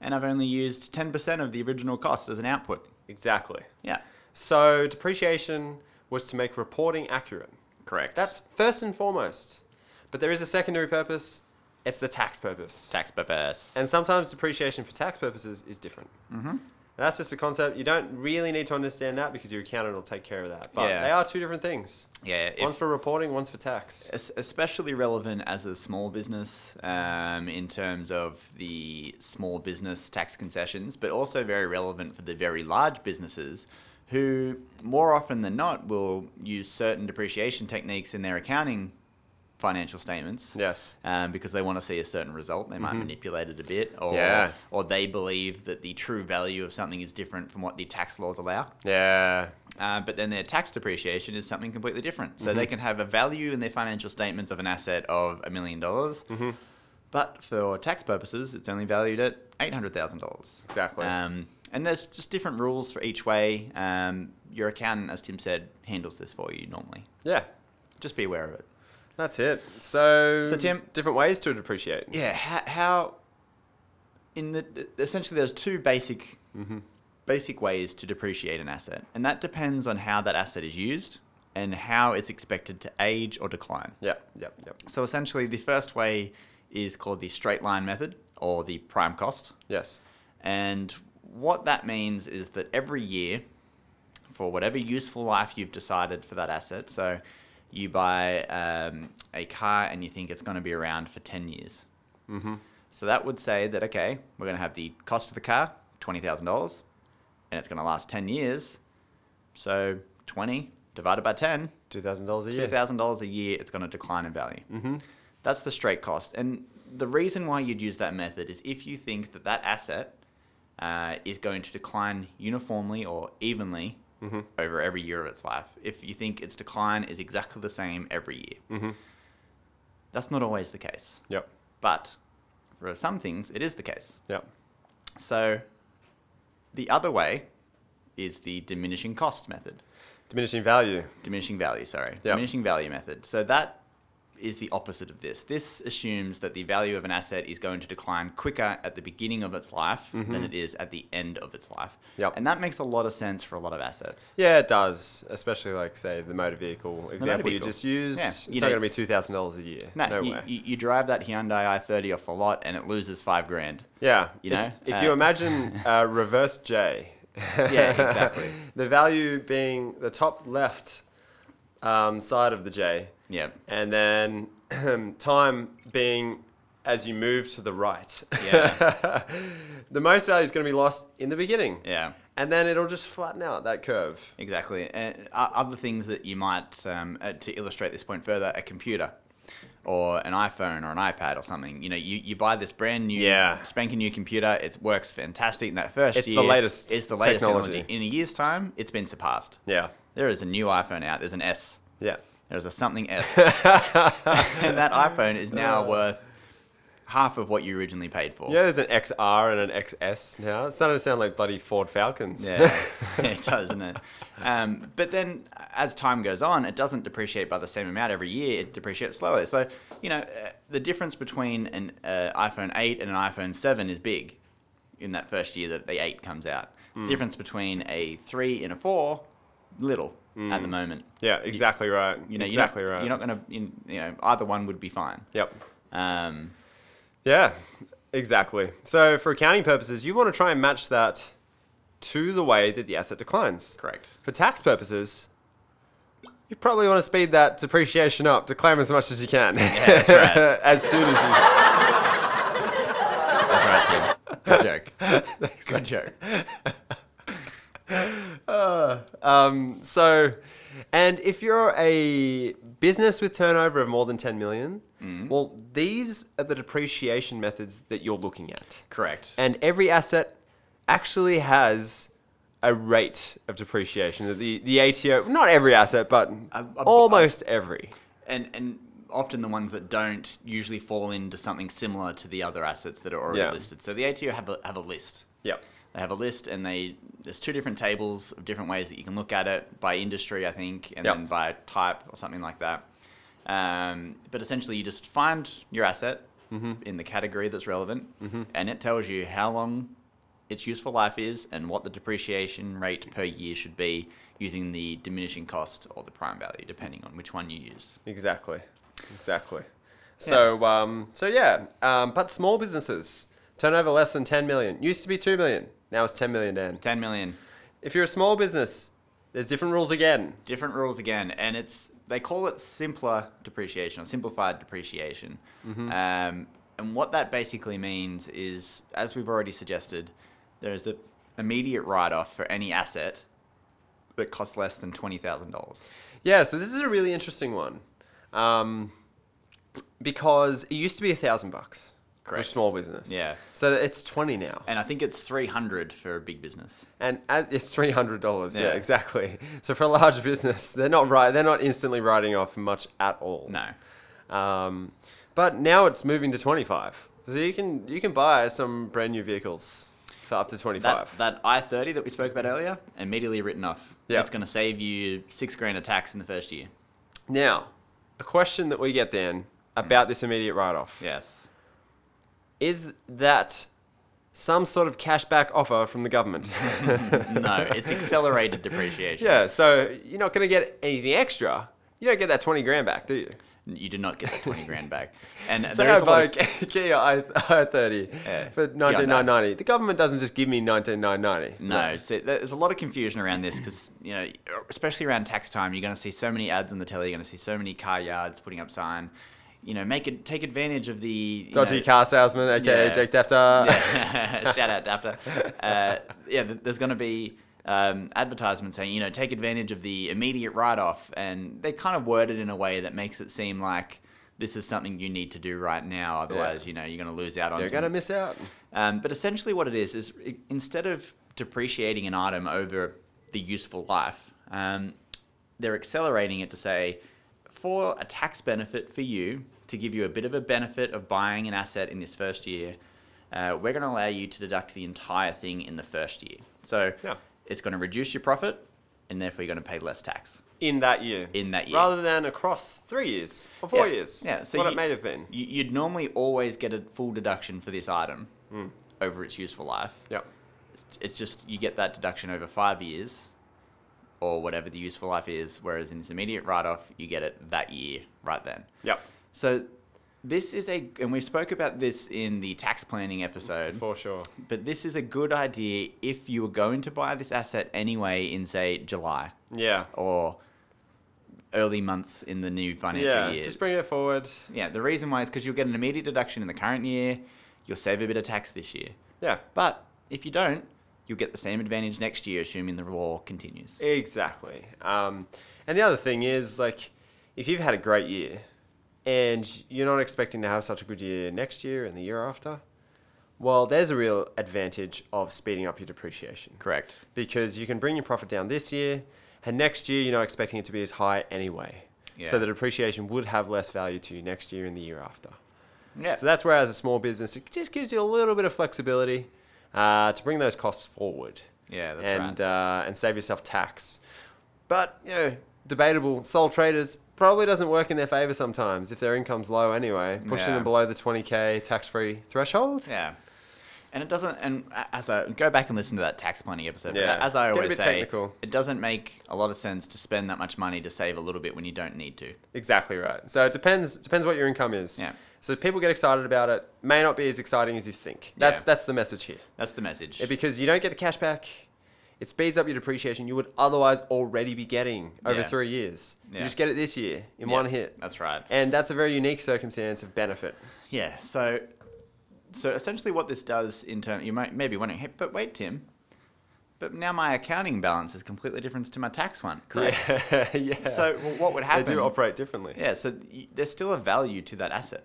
S2: and I've only used ten percent of the original cost as an output.
S1: Exactly.
S2: Yeah,
S1: So depreciation was to make reporting accurate.
S2: correct.
S1: That's first and foremost. But there is a secondary purpose. It's the tax purpose.
S2: tax purpose.
S1: And sometimes depreciation for tax purposes is different.
S2: Mhm.
S1: And that's just a concept. You don't really need to understand that because your accountant will take care of that. But
S2: Yeah.
S1: they are two different things.
S2: yeah, if-
S1: one's for reporting, one's for tax.
S2: es- especially relevant as a small business um, in terms of the small business tax concessions, but also very relevant for the very large businesses who more often than not will use certain depreciation techniques in their accounting financial statements.
S1: Yes.
S2: um, because they want to see a certain result. They might
S1: Mhm.
S2: manipulate it a bit, or
S1: Yeah.
S2: or they believe that the true value of something is different from what the tax laws allow.
S1: Yeah.
S2: Uh, but then their tax depreciation is something completely different. So
S1: Mm-hmm.
S2: they can have a value in their financial statements of an asset of a million dollars,
S1: Mhm.
S2: but for tax purposes, it's only valued at eight hundred thousand dollars.
S1: Exactly.
S2: Um, and there's just different rules for each way. Um, your accountant, as Tim said, handles this for you normally.
S1: Yeah.
S2: Just be aware of it.
S1: That's it. So,
S2: So, Tim-
S1: different ways to depreciate.
S2: yeah how, how in the essentially there's two basic
S1: Mm-hmm.
S2: basic ways to depreciate an asset and that depends on how that asset is used and how it's expected to age or decline
S1: Yeah. Yep. Yep.
S2: so essentially the first way is called the straight line method or the prime cost
S1: Yes.
S2: and what that means is that every year, for whatever useful life you've decided for that asset, so you buy um, a car and you think it's going to be around for 10 years.
S1: Mhm.
S2: So that would say that, okay, we're going to have the cost of the car, $20,000, and it's going to last 10 years. So 20 divided by 10,
S1: Two thousand dollars a year.
S2: $2,000 a year, it's going to decline in value.
S1: Mm-hmm.
S2: That's the straight cost. And the reason why you'd use that method is if you think that that asset uh, is going to decline uniformly or evenly
S1: Mhm.
S2: over every year of its life. If you think its decline is exactly the same every year,
S1: Mm-hmm.
S2: that's not always the case.
S1: Yep.
S2: But for some things, it is the case.
S1: Yep.
S2: So the other way is the diminishing cost method.
S1: Diminishing value.
S2: diminishing value sorry
S1: Yeah.
S2: diminishing value method so that is the opposite of this. This assumes that the value of an asset is going to decline quicker at the beginning of its life
S1: Mm-hmm.
S2: than it is at the end of its life.
S1: Yep.
S2: And that makes a lot of sense for a lot of assets.
S1: Yeah, it does. Especially like say the motor vehicle example you
S2: vehicle.
S1: just used.
S2: Yeah,
S1: It's
S2: you
S1: not
S2: know-
S1: going to be two thousand dollars a year.
S2: No,
S1: No,
S2: you,
S1: way.
S2: You, you drive that Hyundai i30 off a lot and it loses five grand.
S1: yeah,
S2: you
S1: if-
S2: know,
S1: If,
S2: uh,
S1: you imagine uh, reverse J.
S2: Yeah, exactly.
S1: the value being the top left um, side of the J,
S2: Yeah.
S1: and then time being as you move to the right.
S2: Yeah.
S1: the most value is going to be lost in the beginning.
S2: Yeah.
S1: And then it'll just flatten out that curve.
S2: Exactly. And o- other things that you might, um, uh, to illustrate this point further, a computer or an iPhone or an iPad or something. You know, you, you buy this brand new,
S1: Yeah.
S2: spanking new computer. It works fantastic in that first
S1: It's the
S2: year.
S1: latest
S2: It's the latest technology.
S1: technology.
S2: In a year's time, it's been surpassed.
S1: Yeah.
S2: There is a new iPhone out. There's an S.
S1: Yeah.
S2: There's a something S. and that iPhone is
S1: Uh.
S2: now worth half of what you originally paid for.
S1: Yeah, there's an XR and an XS now. It's starting to sound like bloody Ford Falcons.
S2: Yeah, it does, doesn't it? Um, but then, as time goes on, it doesn't depreciate by the same amount every year. It depreciates slower. So, you know, uh, the difference between an uh, iPhone 8 and an iPhone 7 is big in that first year that the 8 comes out. The difference between a 3 and a 4, little at the moment.
S1: yeah, exactly right.
S2: You know,
S1: exactly
S2: you're not,
S1: right.
S2: You're not going to, you know, either one would be fine.
S1: yep.
S2: Um,
S1: Yeah, exactly. So for accounting purposes, you want to try and match that to the way that the asset declines.
S2: correct.
S1: For tax purposes, you probably want to speed that depreciation up to claim as much as you can.
S2: that's right.
S1: as soon as you
S2: That's right, Tim. Good joke. Good joke.
S1: um, so and if you're a business with turnover of more than 10 million,
S2: Mm-hmm.
S1: well these are the depreciation methods that you're looking at.
S2: Correct.
S1: And every asset actually has a rate of depreciation. The the ATO, not every asset, but
S2: A- a-
S1: almost every.
S2: and and often the ones that don't usually fall into something similar to the other assets that are already
S1: Yeah.
S2: listed. So the ATO have a, have a list.
S1: Yep.
S2: They have a list, and they there's two different tables of different ways that you can look at it by industry, I think, and
S1: Yep.
S2: then by type or something like that. Um, but essentially, you just find your asset in the category that's relevant, and it tells you how long its useful life is and what the depreciation rate per year should be using the diminishing cost or the prime value, depending on which one you use.
S1: Exactly. Exactly. So um, so yeah, um, but small businesses turnover less than 10 million used to be 2 million. Now it's 10 million, Dan.
S2: 10 million.
S1: If you're a small business, there's different rules again.
S2: different rules again, and it's they call it simpler depreciation or simplified depreciation.
S1: Mm-hmm.
S2: Um, and what that basically means is, as we've already suggested, there is an immediate write-off for any asset that costs less than twenty thousand dollars.
S1: Yeah, so this is a really interesting one. Um, because it used to be a thousand bucks for
S2: Correct.
S1: small business.
S2: Yeah.
S1: So it's 20 now.
S2: And I think it's three hundred for a big business.
S1: And as, it's three hundred dollars. Yeah.
S2: Yeah.
S1: exactly. So for a large business, they're not right. They're not instantly writing off much at all.
S2: No,
S1: Um, but now it's moving to twenty five. So you can you can buy some brand new vehicles for up to twenty
S2: that
S1: five.
S2: that I thirty that we spoke about earlier, immediately written off.
S1: Yeah.
S2: it's going to save you six grand of tax in the first year.
S1: Now, a question that we get Dan about this immediate write off
S2: Yes.
S1: is that some sort of cashback offer from the government.
S2: no, it's accelerated depreciation.
S1: yeah. So you're not going to get anything extra. You don't get that twenty grand back, do you?
S2: You did not get that twenty grand back. And
S1: So
S2: there
S1: I
S2: is a lot
S1: buy a
S2: of-
S1: Kia i i thirty
S2: Yeah.
S1: for
S2: Yeah, I know.
S1: nineteen nine ninety. The government doesn't just give me nineteen nine ninety.
S2: No, so there's a lot of confusion around this because you know, especially around tax time, you're going to see so many ads on the telly. You're going to see so many car yards putting up sign. You know, make it take advantage of the you
S1: Dodgy
S2: know-
S1: car salesman, aka
S2: Yeah.
S1: Jake Dafter.
S2: Yeah. Shout out Dapter. Uh, yeah, th- there's going to be um, advertisements saying, you know, take advantage of the immediate write off. And they kind of word it in a way that makes it seem like this is something you need to do right now. Otherwise, you know, you're going to lose out on
S1: You're
S2: some-
S1: gonna miss out.
S2: um, but essentially, what it is is i- instead of depreciating an item over the useful life, um, they're accelerating it to say, for a tax benefit for you, to give you a bit of a benefit of buying an asset in this first year, uh, we're going to allow you to deduct the entire thing in the first year. So
S1: Yeah.
S2: it's going to reduce your profit, and therefore you're going to pay less tax.
S1: in that year.
S2: in that year.
S1: Rather than across three years or four
S2: Yeah,
S1: years.
S2: yeah, so
S1: what
S2: you-
S1: it may have been.
S2: You- You'd normally always get a full deduction for this item over its useful life.
S1: Yeah.
S2: It's- It's just you get that deduction over five years or whatever the useful life is, whereas in this immediate write off, you get it that year right then.
S1: Yep.
S2: So this is a, and we spoke about this in the tax planning episode,
S1: For sure.
S2: but this is a good idea if you were going to buy this asset anyway in, say, July
S1: Yeah.
S2: or early months in the new financial
S1: Yeah.
S2: year.
S1: Just bring it forward.
S2: Yeah, the reason why is because you'll get an immediate deduction in the current year, you'll save a bit of tax this year.
S1: Yeah.
S2: But if you don't, you'll get the same advantage next year, assuming the law continues.
S1: Exactly. Um, and the other thing is, like, if you've had a great year and you're not expecting to have such a good year next year and the year after, well, there's a real advantage of speeding up your depreciation
S2: Correct.
S1: because you can bring your profit down this year and next year you're not expecting it to be as high anyway. So
S2: Yeah.
S1: the depreciation would have less value to you next year and the year after.
S2: Yeah.
S1: So that's where, as a small business, it just gives you a little bit of flexibility uh, to bring those costs forward
S2: yeah, that's
S1: and
S2: right.
S1: uh, and save yourself tax. But you know, debatable. Sole traders probably doesn't work in their favor sometimes if their income's low anyway, pushing
S2: Yeah.
S1: them below the 20k tax-free threshold.
S2: yeah. And it doesn't, and a- as I go back and listen to that tax planning episode, but
S1: Yeah.
S2: as I
S1: Get a
S2: always
S1: bit
S2: say,
S1: technical.
S2: it doesn't make a lot of sense to spend that much money to save a little bit when you don't need to.
S1: Exactly right. So it depends depends what your income is.
S2: Yeah.
S1: So people get excited about it. May not be as exciting as you think. That's
S2: Yeah.
S1: that's the message here.
S2: That's the message.
S1: Yeah, because you don't get the cash back. It speeds up your depreciation you would otherwise already be getting over
S2: Yeah.
S1: three years.
S2: Yeah.
S1: You just get it this year in
S2: Yeah,
S1: one hit.
S2: That's right.
S1: And that's a very unique circumstance of benefit.
S2: Yeah. So, so essentially, what this does in terms, you might maybe wondering, hey, but wait, Tim, but now my accounting balance is completely different to my tax one.
S1: Yeah. yeah.
S2: So well, what would happen?
S1: They do operate differently.
S2: Yeah. So y- there's still a value to that asset.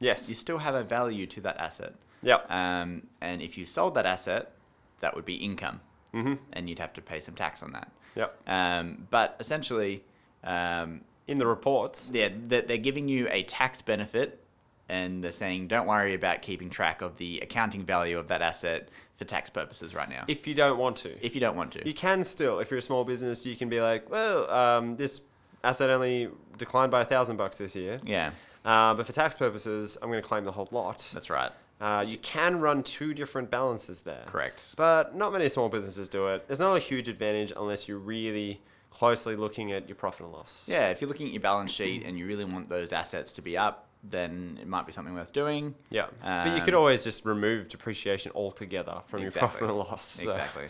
S2: You
S1: Yes.
S2: still have a value to that asset.
S1: Yep.
S2: Um, and if you sold that asset, that would be income,
S1: mm-hmm.
S2: and you'd have to pay some tax on that.
S1: Yep.
S2: Um, but essentially, um,
S1: In the reports.
S2: yeah, they're, they're giving you a tax benefit and they're saying don't worry about keeping track of the accounting value of that asset for tax purposes right now if,
S1: If you don't want to,
S2: you don't want to
S1: you can still. If you're a small business, you can be like, well, um, this asset only declined by a thousand bucks this year.
S2: yeah
S1: Uh, but for tax purposes, I'm going to claim the whole lot.
S2: that's right
S1: Uh, you can run two different balances there.
S2: correct
S1: But not many small businesses do it. It's not a huge advantage unless you're really closely looking at your profit and loss.
S2: yeah if you're looking at your balance sheet and you really want those assets to be up then it might be something worth doing
S1: Yeah. but you could
S2: Um,
S1: always just remove depreciation altogether from your
S2: Exactly.
S1: profit and loss. so,
S2: exactly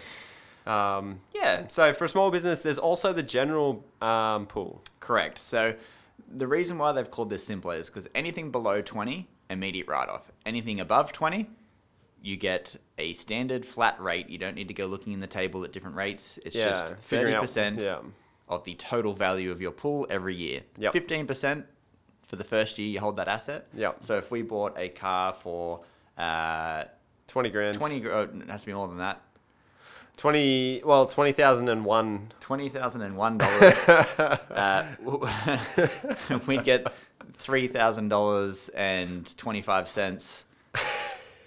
S1: Um, yeah. So for a small business, there's also the general um, pool.
S2: correct so the reason why they've called this simpler is because anything below 20 immediate write-off anything above 20 you get a standard flat rate. You don't need to go looking in the table at different rates. It's
S1: yeah.
S2: just
S1: figuring
S2: thirty
S1: out-
S2: percent
S1: Yeah.
S2: of the total value of your pool every year.
S1: Yep.
S2: Fifteen percent for the first year you hold that asset.
S1: Yep.
S2: So if we bought a car for uh,
S1: 20 grand.
S2: twenty, gr- oh, it has to be more than that.
S1: 20 well, 20,001.
S2: Twenty thousand and one dollars. uh, we'd get three thousand dollars and twenty five cents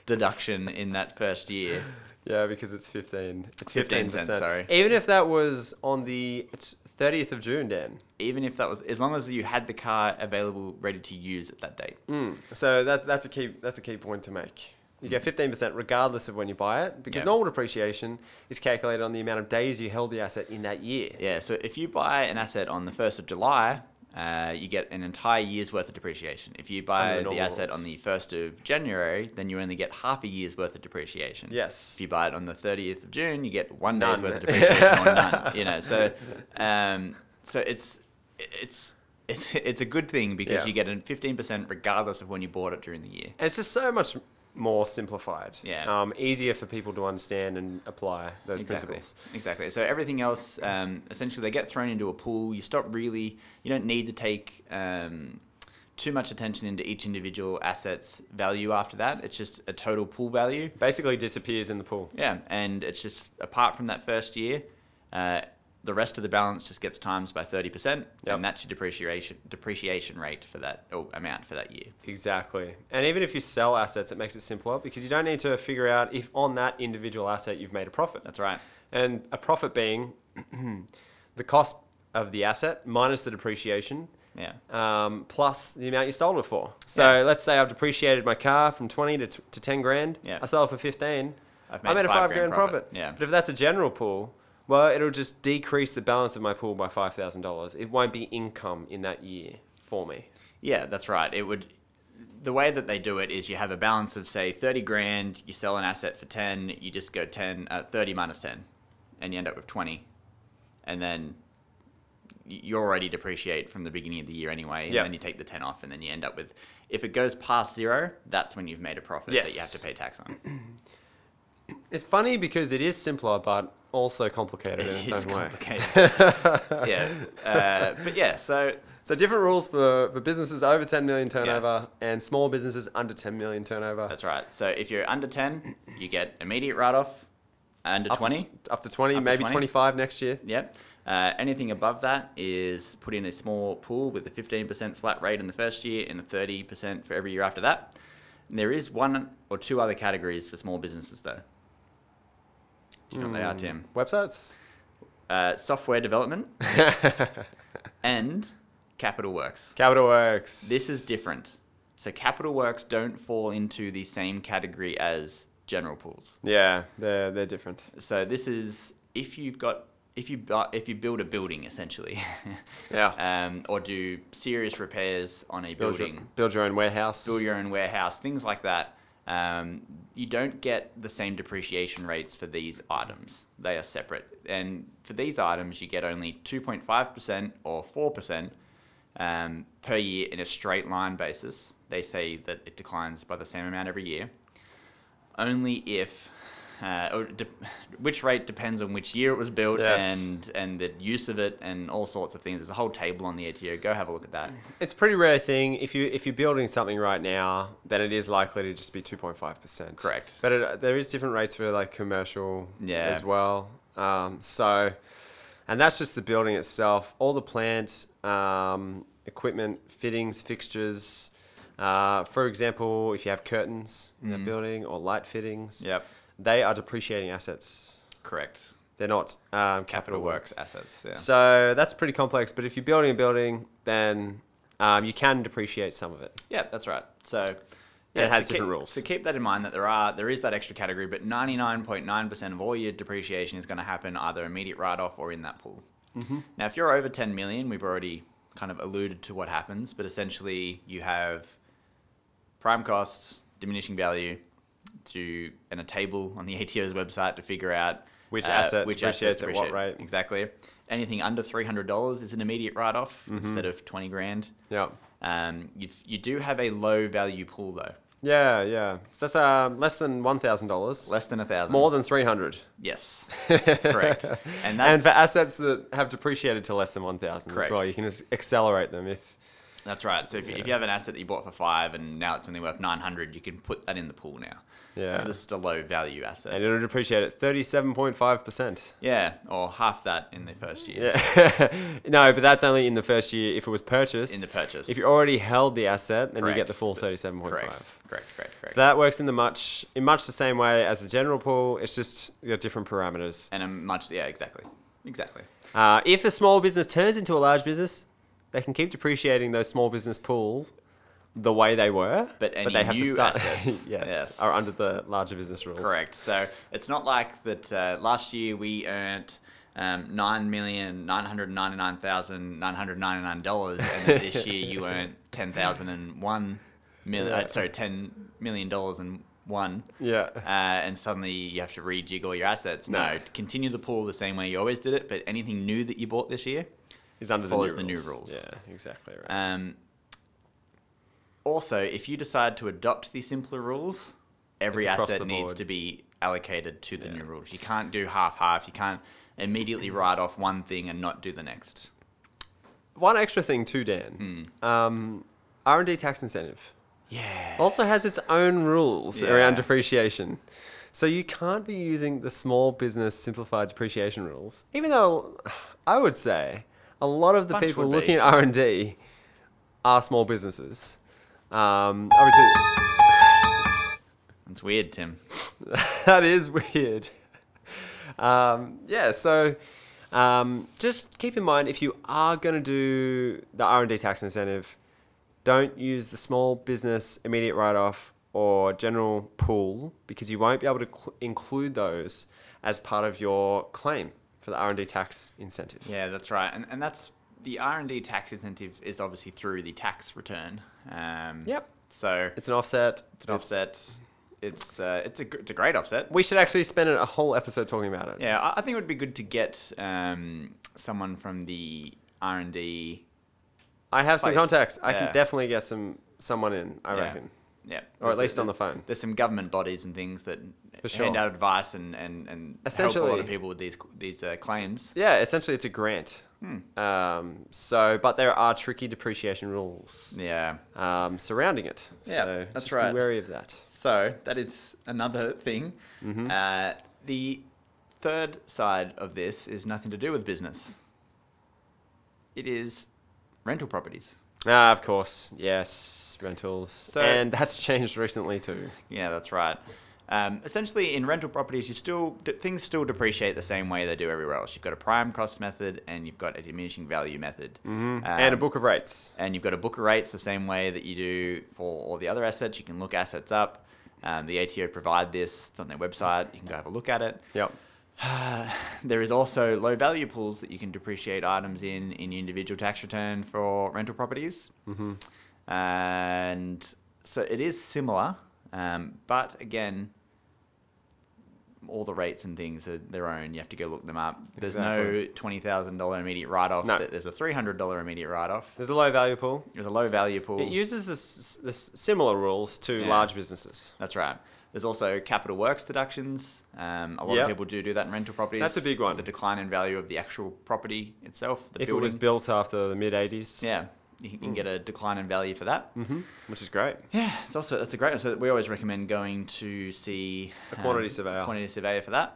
S2: deduction in that first year.
S1: Yeah, because it's 15. It's
S2: 15
S1: 15
S2: cents,
S1: percent.
S2: sorry.
S1: Even if that was on the it's 30th of June, Dan.
S2: Even if that was, as long as you had the car available ready to use at that date.
S1: Mm. So that, that's a key that's a key point to make. You get 15% regardless of when you buy it because
S2: Yeah.
S1: normal depreciation is calculated on the amount of days you held the asset in that year.
S2: Yeah, so if you buy an asset on the 1st of July, uh, you get an entire year's worth of depreciation. If you buy
S1: Under
S2: the,
S1: normal
S2: asset
S1: rules.
S2: on the 1st of January, then you only get half a year's worth of depreciation.
S1: Yes.
S2: If you buy it on the 30th of June, you get one day's
S1: None.
S2: worth of depreciation or none. You know, so um, so it's it's it's it's a good thing because
S1: Yeah.
S2: you get a 15% regardless of when you bought it during the year.
S1: And it's just so much more simplified.
S2: Yeah.
S1: Um, easier for people to understand and apply those principles.
S2: Exactly. So everything else, um, essentially, they get thrown into a pool. You stop really. You don't need to take um, too much attention into each individual asset's value after that. It's just a total pool value.
S1: Basically disappears in the pool.
S2: Yeah, and it's just apart from that first year, uh, the rest of the balance just gets times by thirty percent,
S1: Yep.
S2: and that's your depreciation depreciation rate for that or amount for that year.
S1: Exactly. And even if you sell assets, it makes it simpler because you don't need to figure out if on that individual asset you've made a profit.
S2: That's right.
S1: And a profit being the cost uh, of the asset minus the depreciation
S2: Yeah.
S1: um, plus the amount you sold it for. So
S2: Yeah.
S1: let's say I've depreciated my car from 20 to, t- to 10 grand.
S2: Yeah.
S1: I sell it for 15.
S2: I've
S1: I made a five grand, profit.
S2: Yeah.
S1: But if that's a general pool, well, it'll just decrease the balance of my pool by $5,000. It won't be income in that year for me.
S2: Yeah, that's right. It would. The way that they do it is you have a balance of say thirty grand. You sell an asset for ten. You just go ten, uh, thirty minus ten, and you end up with twenty, and then y- you already depreciate from the beginning of the year anyway. And
S1: Yeah.
S2: then you take the ten off, and then you end up with. If it goes past zero, that's when you've made a profit that you have
S1: Yes.
S2: to pay tax on.
S1: It's funny because it is simpler, but also complicated in its
S2: It's
S1: own way.
S2: complicated. yeah, uh, but yeah. So
S1: So different rules for, for businesses over 10 million turnover and small businesses under 10 million turnover.
S2: that's right. So if you're under ten, you get immediate write off. Under
S1: Up to-
S2: twenty,
S1: Up to 20,
S2: Up to
S1: maybe
S2: 20.
S1: 25 next year.
S2: Yep. Uh, anything above that is put in a small pool with a 15% flat rate in the first year and a 30% for every year after that. And there is one or two other categories for small businesses, though. Do you know what they are, Tim?
S1: Websites?
S2: Uh, software development and capital works.
S1: Capital Works.
S2: This is different. So, capital works don't fall into the same category as general pools.
S1: Yeah, they're they're different.
S2: So this is if you've got if you bu- if you build a building essentially,
S1: Yeah.
S2: um, or do serious repairs on a
S1: Build
S2: building,
S1: your, build your own warehouse.
S2: build your own warehouse, things like that. Um, you don't get the same depreciation rates for these items. They are separate, and for these items, you get only two point five percent or four percent um, per year in a straight line basis. They say that it declines by the same amount every year only if uh, or de- which rate depends on which year it was built
S1: Yes.
S2: and and the use of it and all sorts of things. There's a whole table on the ATO. Go have a look at that.
S1: it's a pretty rare thing. If you if you're building something right now, then it is likely to just be two point five percent.
S2: Correct.
S1: But it, there is different rates for like commercial
S2: Yeah.
S1: as well. Um, so, and that's just the building itself. All the plant, um, equipment, fittings, fixtures. Uh, for example, if you have curtains in the building or light fittings,
S2: Mm. Yep.
S1: they are depreciating assets.
S2: Correct.
S1: They're not um,
S2: Capital
S1: capital
S2: works
S1: works.
S2: assets. Yeah.
S1: So that's pretty complex. But if you're building a building, then um, you can depreciate some of it.
S2: Yeah, that's right. So
S1: it has different
S2: so keep,
S1: rules.
S2: So keep that in mind that there are there is that extra category, but 99.9% of all your depreciation is going to happen either immediate write off or in that pool. Mm-hmm. Now, if you're over 10 million, we've already kind of alluded to what happens, but essentially you have prime costs, diminishing value, to and a table on the ATO's website to figure out uh,
S1: Which asset depreciates at what
S2: depreciate.
S1: rate.
S2: Exactly. Anything under three hundred dollars is an immediate write off
S1: Mm-hmm.
S2: instead of twenty grand.
S1: Yeah.
S2: Um, you, you do have a low value pool though,
S1: Yeah, yeah. So that's um, less than one thousand dollars.
S2: less than a thousand.
S1: More than three hundred.
S2: yes, correct. And
S1: and
S2: that's
S1: for assets that have depreciated to less than one thousand as
S2: Correct.
S1: well, you can just accelerate them if.
S2: that's right. So if, you if you have an asset that you bought for five and now it's only worth nine hundred, you can put that in the pool now.
S1: Yeah.
S2: 'Cause This is a low value asset.
S1: And it'll depreciate at thirty-seven point five percent.
S2: yeah, or half that in the first year.
S1: Yeah. no, but that's only in the first year if it was purchased.
S2: In the purchase.
S1: If you already held the asset, then you get
S2: Correct.
S1: the full thirty-seven point
S2: Correct.
S1: five.
S2: Correct. Correct. Correct.
S1: So that works in the much in much the same way as the general pool. It's just you got different parameters.
S2: and a much yeah exactly exactly
S1: Uh, if a small business turns into a large business, they can keep depreciating those small business pools the way they were,
S2: But any
S1: they have to
S2: new
S1: start
S2: assets,
S1: yes,
S2: yes.
S1: are under the larger business rules.
S2: correct so it's not like that uh, last year we earned um, nine million nine hundred ninety nine thousand nine hundred ninety nine dollars and then this year you earned ten thousand and one million
S1: Yeah.
S2: uh, sorry ten million dollars and one
S1: Yeah.
S2: uh, and suddenly you have to rejig all your assets no,
S1: No.
S2: continue the pool the same way you always did it but anything new that you bought this year
S1: Is under
S2: follows
S1: the, new, rules.
S2: rules.
S1: Yeah, exactly right.
S2: Um, also, if you decide to adopt the simpler rules, every
S1: It's across
S2: asset
S1: the
S2: needs
S1: board.
S2: to be allocated to the
S1: Yeah. Mm-hmm.
S2: new rules. You can't do half half. You can't immediately write off one thing and not do the next.
S1: One extra thing too, Dan. Um, R&D tax incentive.
S2: Hmm. Yeah.
S1: also has its own rules
S2: Yeah.
S1: around depreciation. So you can't be using the small business simplified depreciation rules, even though I would say a lot of the
S2: Bunch
S1: people
S2: would
S1: looking
S2: be.
S1: at R and D are small businesses. Um, obviously,
S2: That's weird, Tim.
S1: that is weird. Um, yeah, so Um, just keep in mind if you are going to do the R and D tax incentive, don't use the small business immediate write off or general pool because you won't be able to cl- include those as part of your claim for the R and D tax incentive.
S2: Yeah, that's right, and and that's the R and D tax incentive is obviously through the tax return. Um,
S1: Yep.
S2: So it's
S1: It's an offset.
S2: an offset. It's uh, it's a gr- it's a great offset.
S1: We should actually spend a whole episode talking about it.
S2: Yeah, I, I think it would be good to get um, someone from the R and D.
S1: I have some
S2: Place.
S1: contacts. I
S2: Yeah.
S1: can definitely get some someone in. I
S2: yeah.
S1: reckon.
S2: Yeah.
S1: Or at
S2: There's-
S1: least on the
S2: there's-
S1: phone.
S2: There's some government bodies and things that
S1: For
S2: hand
S1: sure.
S2: out advice and and and help a lot
S1: Essentially-
S2: of people with these these uh, claims.
S1: Yeah, essentially it's a grant.
S2: Hmm.
S1: Um, so, but there are tricky depreciation rules
S2: Yeah.
S1: um, surrounding it.
S2: Yeah,
S1: so
S2: that's
S1: just
S2: right.
S1: Be wary of that.
S2: So that is another thing.
S1: Mm-hmm.
S2: Uh, the third side of this is nothing to do with business. It is rental properties.
S1: Ah, of course. Yes, rentals.
S2: So-
S1: and that's changed recently too.
S2: Yeah, that's right. Um, essentially, in rental properties, you still d- things still depreciate the same way they do everywhere else. You've got a prime cost method, and you've got a diminishing value method,
S1: Mm. and a
S2: Um,
S1: book of rates.
S2: and you've got a book of rates the same way that you do for all the other assets. You can look assets up. Um, the ATO provide this. It's on their website. You can go have a look at it.
S1: Yep.
S2: There is also low value pools that you can depreciate items in in your individual tax return for rental properties.
S1: Mm-hmm.
S2: And so it is similar, um, but again, all the rates and things are their own. You have to go look them up. There's no
S1: Exactly.
S2: twenty thousand dollar immediate write off.
S1: No.
S2: There's a three hundred dollar immediate write off.
S1: There's a low value pool.
S2: There's a low value pool.
S1: It uses this, this similar rules to
S2: Yeah.
S1: large businesses.
S2: That's right. There's also capital works deductions. Um, a lot
S1: Yep.
S2: of people do do that in rental properties.
S1: That's a big one.
S2: The decline in value of the actual property itself. The
S1: if it
S2: building.
S1: was Hmm. built after the mid '80s,
S2: Yeah, you can you can get a decline in value for that.
S1: hmm which is great.
S2: Yeah, it's also that's a great one. So we always recommend going to see um,
S1: A quantity surveyor.
S2: Quantity surveyor for that.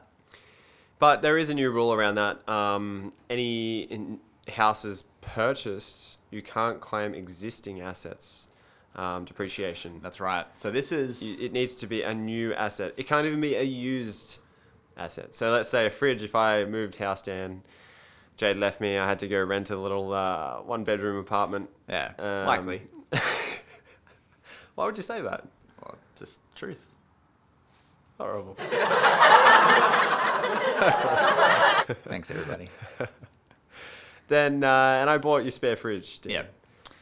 S1: But there is a new rule around that. Um, any in houses purchased, you can't claim existing assets um, depreciation.
S2: That's right. So this is
S1: You- It needs to be a new asset. It can't even be a used asset. So let's say a fridge. If I moved house, Dan, Jade left me. I had to go rent a little uh, one bedroom apartment.
S2: yeah
S1: Um,
S2: likely.
S1: Why would you say that?
S2: Well, just truth.
S1: Horrible.
S2: Thanks everybody.
S1: Then uh, and I bought your spare fridge. Dan.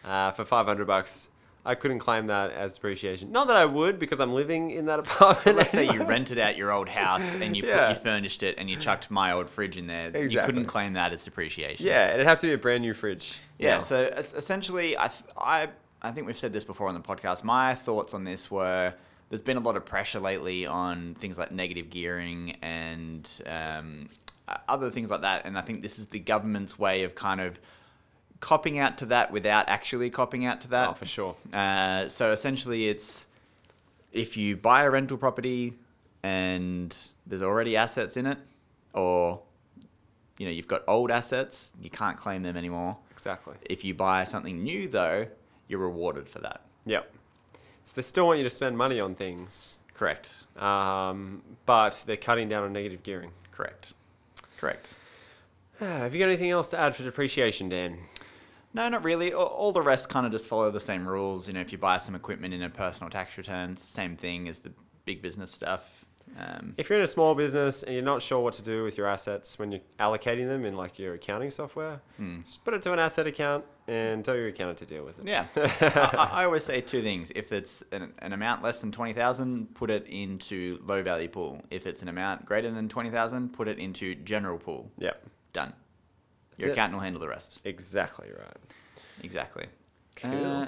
S2: yeah,
S1: uh, for 500 bucks. I couldn't claim that as depreciation. Not that I would because I'm living in that apartment.
S2: let's say you
S1: anyway.
S2: rented out your old house and you,
S1: Yeah.
S2: put, you furnished it and you chucked my old fridge in there. You
S1: Exactly.
S2: couldn't claim that as depreciation.
S1: Yeah, it'd have to be a brand new fridge.
S2: Yeah.
S1: now.
S2: So es- essentially, I, th- I, I think we've said this before on the podcast. My thoughts on this were there's been a lot of pressure lately on things like negative gearing and um, o- other things like that. And I think this is the government's way of kind of copping out to that without actually copping out to that.
S1: Oh, for sure.
S2: Uh, so essentially, it's if you buy a rental property and there's already assets in it, or you know you've got old assets, you can't claim them anymore.
S1: Exactly.
S2: If you buy something new, though, you're rewarded for that.
S1: Yep. So they still want you to spend money on things,
S2: Correct.
S1: um, but they're cutting down on negative gearing.
S2: Correct. Correct.
S1: have you got anything else to add for depreciation, Dan?
S2: No, not really. A- All the rest kind of just follow the same rules. You know, if you buy some equipment in a personal tax return, it's the same thing as the big business stuff. Um,
S1: If you're in a small business and you're not sure what to do with your assets when you're allocating them in like your accounting software,
S2: Hmm.
S1: just put it to an asset account and tell your accountant to deal with it.
S2: Yeah, I, I- I always say two things. If it's an, an amount less than twenty thousand, put it into low value pool. If it's an amount greater than twenty thousand, put it into general pool.
S1: Yep.
S2: Done. Your Uh,
S1: it.
S2: accountant will handle the rest.
S1: Exactly right.
S2: Exactly.
S1: Cool.
S2: Uh,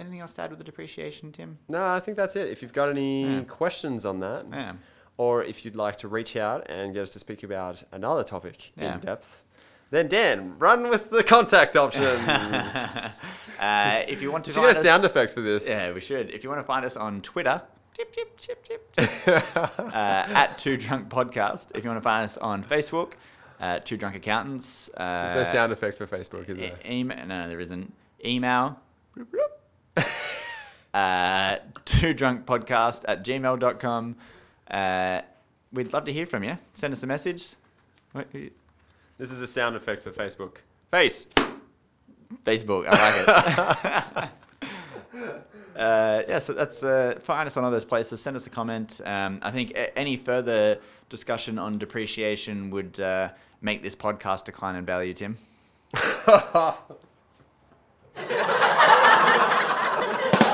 S2: anything else to add with the depreciation, Tim?
S1: No, I think that's it. If you've got any
S2: Yeah.
S1: questions on that,
S2: Yeah.
S1: or if you'd like to reach out and get us to speak about another topic
S2: Yeah.
S1: in depth, then Dan, run with the contact options.
S2: Uh, if you want to
S1: Should get a
S2: find us-
S1: sound effect for this.
S2: Yeah, we should. If you want to find us on Twitter, chip, chip, chip, chip, chip, uh, at Two Drunk Podcast. If you want to find us on Facebook, uh, Two Drunk Accountants. Uh,
S1: There's no sound effect for Facebook, is
S2: e-
S1: there?
S2: email, no, there isn't. Email. bloop, bloop. uh, two drunk podcast at gmail.com. Uh, we'd love to hear from you. Send us a message. What-
S1: This is a sound effect for Facebook. Face.
S2: Facebook. I like it. uh, yeah, so that's uh, find us on all those places. Send us a comment. Um, I think a- any further discussion on depreciation would uh, make this podcast decline in value, Tim.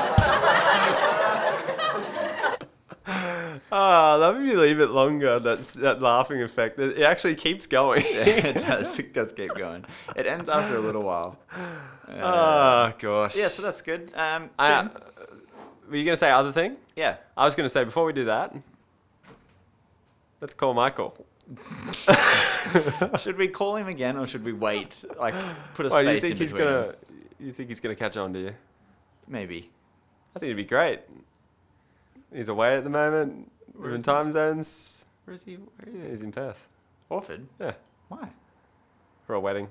S1: Ah, I love if you leave it longer. That's that laughing effect. It it actually keeps going.
S2: it does. It does keep going. It ends after a little while.
S1: Oh gosh.
S2: Yeah, so that's good. Um, Tim,
S1: I- uh, were you gonna say other thing?
S2: yeah.
S1: I was gonna say before we do that, let's call Michael.
S2: Should we call him again or should we wait? Like, put a
S1: Oh,
S2: space
S1: you think
S2: in
S1: he's
S2: between
S1: gonna?
S2: them?
S1: You think he's gonna catch on? Do you?
S2: Maybe.
S1: I think it'd be great. He's away at the moment. We're in
S2: is he?
S1: time zones.
S2: Where is he? Where is
S1: Yeah, he's in Perth.
S2: Orford?
S1: Yeah,
S2: Why?
S1: for a wedding.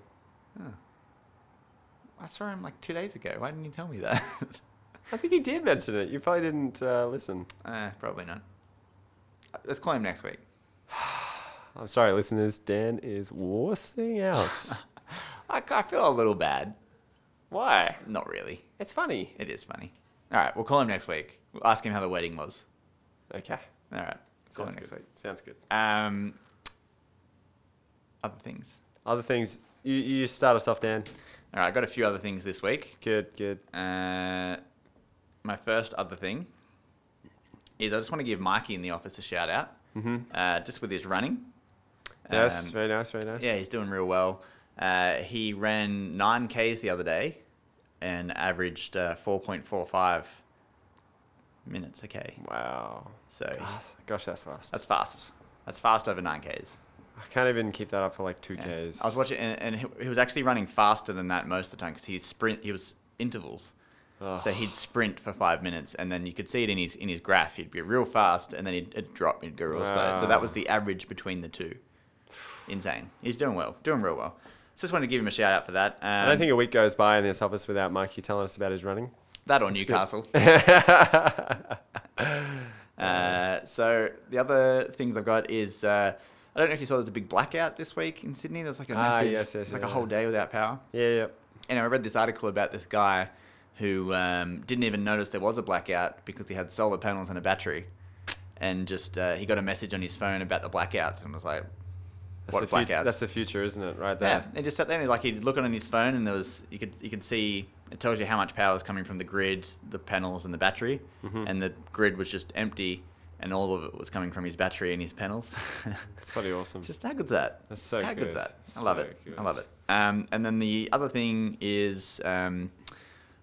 S2: I saw him like two days ago. Why didn't you tell me that?
S1: I think he did mention it. You probably didn't uh, listen.
S2: uh, probably not. Uh, Let's call him next week.
S1: I'm sorry, listeners. Dan is wussing out.
S2: I, I feel a little bad.
S1: Why?
S2: Not really.
S1: It's funny.
S2: It is funny. All right, we'll call him next week. We'll ask him how the wedding was.
S1: Okay.
S2: All right, call
S1: Sounds
S2: him next
S1: good.
S2: week.
S1: Sounds good.
S2: Um, other things.
S1: Other things. You, you start us off, Dan.
S2: All right, I got a few other things this week.
S1: Good, good.
S2: Uh, my first other thing is I just want to give Mikey in the office a shout out,
S1: Mm-hmm.
S2: uh, just with his running.
S1: Yes,
S2: Um,
S1: very nice, very nice.
S2: Yeah, he's doing real well. Uh, he ran nine Ks the other day and averaged uh, 4.45 minutes a K.
S1: Wow.
S2: So
S1: Ah, Gosh, that's fast.
S2: that's fast. That's fast over nine Ks.
S1: I can't even keep that up for like two
S2: Yeah.
S1: Ks.
S2: I was watching, and, and he, he was actually running faster than that most of the time because he sprint. He was intervals.
S1: Ugh.
S2: So he'd sprint for five minutes, and then you could see it in his in his graph. He'd be real fast, and then he'd it'd drop. He'd go real slow. So
S1: Wow.
S2: that was the average between the two. Insane. He's doing well. Doing real well. So just wanted to give him a shout out for that. Um,
S1: I don't think a week goes by in this office without Mikey telling us about his running.
S2: that or
S1: good.
S2: Newcastle.
S1: yeah,
S2: Uh, so the other things I've got is uh, I don't know if you saw there's a big blackout this week in Sydney. There's like a
S1: Ah,
S2: massive,
S1: yes, yes,
S2: like
S1: yeah,
S2: a whole
S1: yeah.
S2: day without power.
S1: yeah.
S2: and I read this article about this guy who um, didn't even notice there was a blackout because he had solar panels and a battery, and just uh, he got a message on his phone about the blackouts and was like,
S1: That's
S2: What
S1: the fut-
S2: blackouts?
S1: That's the future, isn't it? Right
S2: "Yeah."
S1: there.
S2: And just sat there and like he'd look on his phone and there was you could you could see it tells you how much power is coming from the grid, the panels, and the battery,
S1: Mhm.
S2: and the grid was just empty, and all of it was coming from his battery and his panels.
S1: That's pretty awesome.
S2: Just how good's that?
S1: That's so
S2: how
S1: good.
S2: good's that? I love
S1: So
S2: it.
S1: good.
S2: I love it. Um, and then the other thing is, um,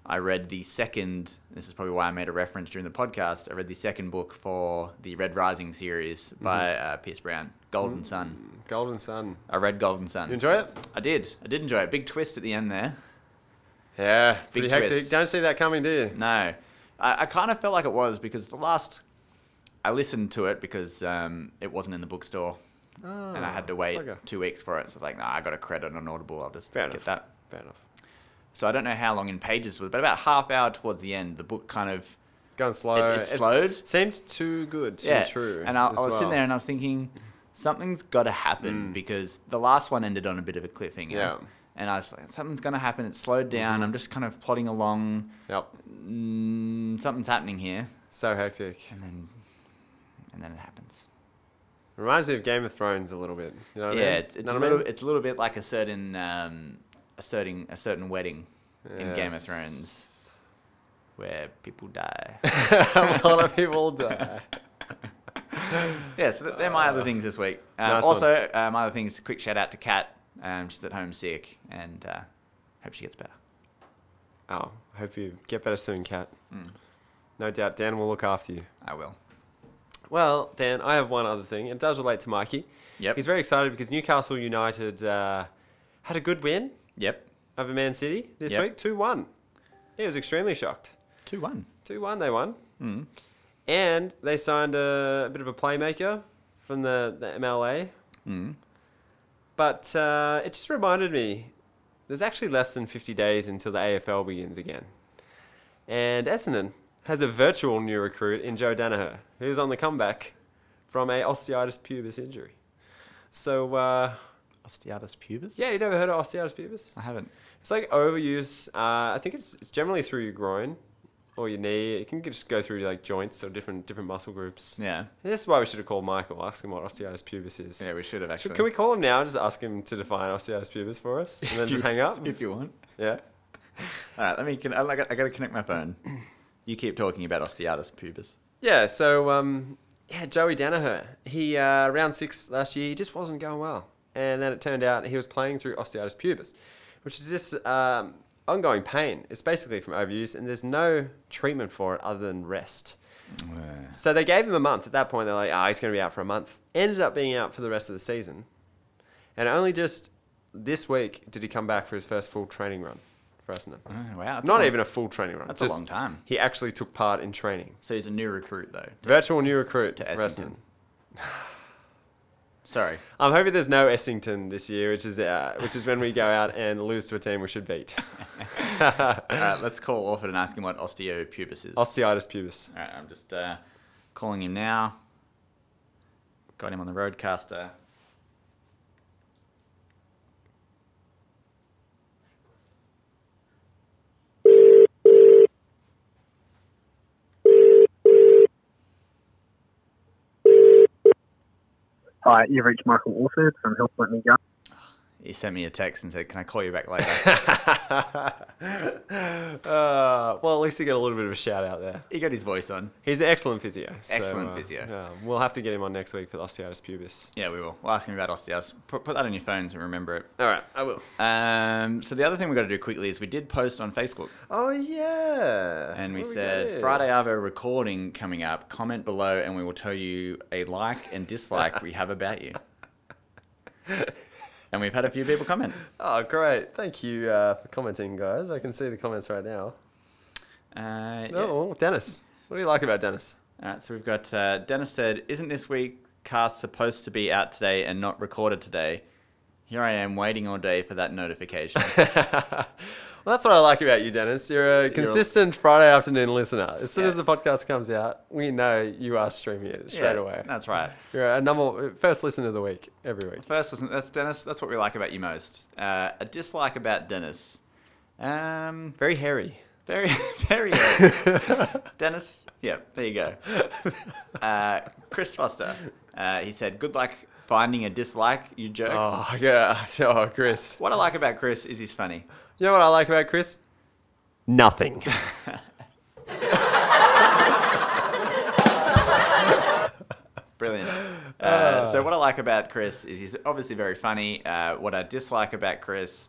S2: I read the second. This is probably why I made a reference during the podcast. I read the second book for the Red Rising series by uh, Pierce Brown, Golden
S1: Mm-hmm.
S2: Sun.
S1: Mm. Golden Sun.
S2: I read Golden Sun.
S1: You enjoy it?
S2: I did. I did enjoy it. Big twist at the end there.
S1: Yeah. Pretty
S2: Big Mm.
S1: hectic.
S2: twists.
S1: Don't see that coming, do you?
S2: No, I, I kind of felt like it was because the last I listened to it because um, it wasn't in the bookstore. and I had
S1: Oh,
S2: to wait
S1: bugger.
S2: two weeks for it. So I was like, nah, I got a credit on Audible. I'll just
S1: Fair
S2: get
S1: enough.
S2: that.
S1: Fair enough.
S2: So I don't know how long in pages it was, but about half hour towards the end, the book kind of
S1: It's going slow.
S2: it
S1: It's-
S2: slowed?
S1: Seemed too good, too
S2: yeah.
S1: true.
S2: And I, I
S1: as
S2: was sitting
S1: well.
S2: there and I was thinking, something's got to happen because the last one ended on a bit of a cliffhanger.
S1: Yeah.
S2: And I was like, something's going to happen. It slowed down. I'm just kind of plodding along.
S1: Yep.
S2: Mm, something's happening here,
S1: So hectic.
S2: and then and then it happens.
S1: Reminds me of Game of Thrones a little bit. You know what I
S2: yeah,
S1: mean?
S2: it's, it's
S1: Know
S2: a
S1: what I
S2: little,
S1: mean?
S2: it's a little bit like a certain, um, a certain, a certain wedding in Game of
S1: Yes.
S2: Thrones where people die.
S1: a lot of people die.
S2: yeah, so th- they're my other things this week. Um,
S1: Uh, Nice one.
S2: also, uh, my other things. Quick shout out to Kat. Um, she's at home sick, and uh, hope she gets better.
S1: Oh, hope you get better soon, Kat.
S2: Mm.
S1: No doubt Dan will look after you.
S2: I will.
S1: Well, Dan, I have one other thing. It does relate to Mikey.
S2: Yep.
S1: He's very excited because Newcastle United uh, had a good win
S2: Yep.
S1: over Man City this
S2: Yep.
S1: week 2 1. He was extremely shocked.
S2: Two one.
S1: 2 1, they won.
S2: Mm.
S1: And they signed a, a bit of a playmaker from the, the MLA.
S2: Mm.
S1: But uh, it just reminded me there's actually less than 50 days until the AFL begins again. And Essendon has a virtual new recruit in Joe Danaher, who's on the comeback from a osteitis pubis injury. So uh,
S3: Osteitis pubis?
S1: Yeah, you never heard of osteitis pubis?
S3: I haven't.
S1: It's like overuse. Uh, I think it's, it's generally through your groin or your knee. It can just go through like joints or different different muscle groups.
S3: Yeah.
S1: This is why we should have called Michael, ask him what osteitis pubis is.
S3: Yeah, we should have
S1: Should-
S3: actually.
S1: Can we call him now? Just ask him to define osteitis pubis for us, and then
S3: If
S1: just
S3: you-
S1: hang up.
S3: If you want.
S1: Yeah.
S3: All right, let me. Con- I, I got to connect my phone. You keep talking about osteitis pubis.
S1: Yeah. So um, yeah, Joey Danaher. He uh, round six last year. He just wasn't going well, and then it turned out he was playing through osteitis pubis, which is this um, ongoing pain. It's basically from overuse, and there's no treatment for it other than rest.
S2: Uh,
S1: So they gave him a month. At that point, they're like, "Ah, he's going to be out for a month." Ended up being out for the rest of the season, and only just this week did he come back for his first full training run for Essendon.
S3: Oh, wow. that's a
S1: Not
S3: long-
S1: even a full training run.
S3: That's a long time.
S1: He actually took part in training.
S3: So he's a new recruit though.
S1: Virtual new recruit to
S3: To
S1: Essendon.
S3: Essendon. Sorry.
S1: I'm hoping there's no Essington this year, which is uh, which is when we go out and lose to a team we should beat.
S3: All right, let's call Orford and ask him what osteopubis is.
S1: Osteitis pubis.
S3: All right, I'm just uh, calling him now. Got him on the roadcaster.
S2: Hi, you've reached Michael Orford from Help Let Me Go.
S3: He sent me a text and said, "Can I call you back later?"
S1: uh, well, at least he got a little bit of a shout out there.
S3: he got his voice on.
S1: He's an excellent physio. so,
S3: Excellent
S1: uh,
S3: physio.
S1: yeah, we'll have to get him on next week for the osteitis pubis.
S3: Yeah, we will. We'll ask him about osteitis. Put, put that on your phones and remember it.
S1: All right, I will.
S3: Um, so the other thing we got to do quickly is we did post on Facebook
S1: Oh yeah.
S3: and we said Friday Arvo recording coming up. Comment below and we will tell you a like and dislike we have about you. And we've had a few people comment.
S1: Oh great! Thank you uh, for commenting, guys. I can see the comments right now.
S3: Uh, yeah.
S1: Oh, Dennis. What do you like about Dennis?
S3: All right, so we've got uh, Dennis said, "Isn't this week cast supposed to be out today and not recorded today?" Here I am waiting all day for that notification.
S1: well, that's what I like about you, Dennis. You're a consistent Friday afternoon listener. As soon as
S3: Yeah.
S1: the podcast comes out, we know you are streaming it straight
S3: Yeah,
S1: away.
S3: That's right.
S1: You're a number first listener of the week every week.
S3: First, listen, that's Dennis. That's what we like about you most. Uh, a dislike about Dennis. Um,
S1: Very hairy.
S3: very, very. early. Dennis. Yeah, there you go. Uh, Chris Foster. Uh, he said, "Good luck finding a dislike, you jerks."
S1: Oh yeah. Oh, Chris.
S3: What I like about Chris is he's funny.
S1: You know what I like about Chris? Nothing.
S3: Brilliant. Uh,
S1: Ah.
S3: so what I like about Chris is he's obviously very funny. Uh, what I dislike about Chris,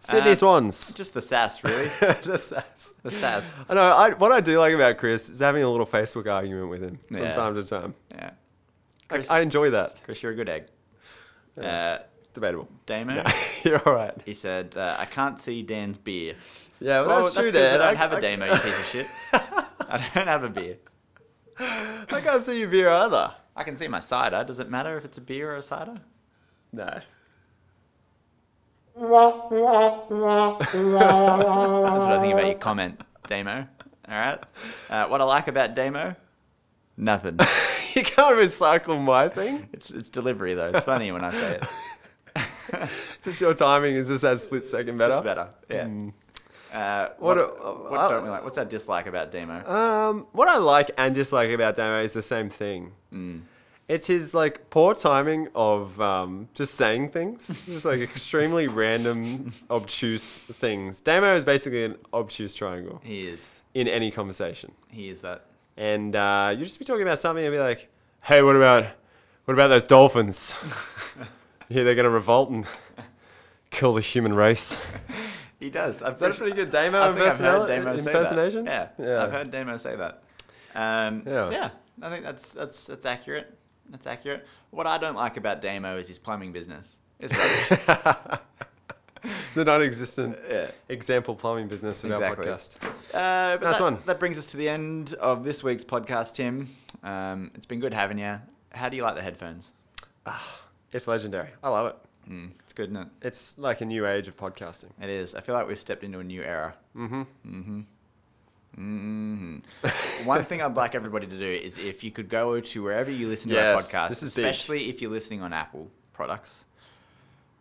S1: Sydney
S3: Uh,
S1: Swans.
S3: just the sass, really.
S1: the sass.
S3: the sass.
S1: I know. I, what I do like about Chris is having a little Facebook argument with him from
S3: Yeah.
S1: time to time.
S3: Yeah.
S1: I,
S3: Chris,
S1: I enjoy that.
S3: Chris, you're a good egg. Uh,
S1: Debatable.
S3: Damo,
S1: No, you're all right.
S3: he said, uh, I can't see Dan's beer.
S1: Yeah, well,
S3: Well,
S1: that's, true,
S3: 'cause
S1: Dad.
S3: I don't have a Damo, you piece of shit. I don't have a beer.
S1: I can't see your beer either.
S3: I can see my cider. Does it matter if it's a beer or a cider?
S1: No.
S3: That's what I think
S1: Oh.
S3: about your comment, Damo. All right. Uh, what I like about Damo? Nothing.
S1: you can't recycle my thing.
S3: It's, it's delivery though. It's funny when I say it.
S1: Just your timing is just that split second better.
S3: It's better. Yeah. Uh,
S1: Hmm. What
S3: what
S1: a-
S3: what,
S1: uh,
S3: don't we like? What's our dislike about Demo?
S1: Um, what I like and dislike about Damo is the same thing.
S3: Mm.
S1: It's his like poor timing of um, just saying things, just like extremely random, obtuse things. Damo is basically an obtuse triangle
S3: he is.
S1: in any conversation,
S3: He is that.
S1: and uh, you just be talking about something and be like, "Hey, what about, what about those dolphins? yeah, they're gonna revolt and kill the human race."
S3: He does. I've
S1: that a pretty good Damo
S3: I think I've heard
S1: impersonali-
S3: Damo say that.
S1: impersonation?
S3: Yeah.
S1: Yeah.
S3: I've heard Damo say that. Um,
S1: Yeah.
S3: yeah. I think that's that's that's accurate. That's accurate. What I don't like about Damo is his plumbing business. It's rubbish.
S1: the non-existent
S3: Yeah.
S1: example plumbing business of
S3: Exactly.
S1: our podcast.
S3: Uh, but
S1: Nice
S3: that,
S1: one.
S3: that brings us to the end of this week's podcast, Tim. Um, it's been good having you. How do you like the headphones?
S1: It's legendary. I love it.
S3: Mm, it's good, isn't it?
S1: It's like a new age of podcasting.
S3: It is. I feel like we've stepped into a new era.
S1: Mm-hmm.
S3: hmm One thing I'd like everybody to do is if you could go to wherever you listen to
S1: Yes,
S3: our podcast,
S1: this is big.
S3: especially if you're listening on Apple products,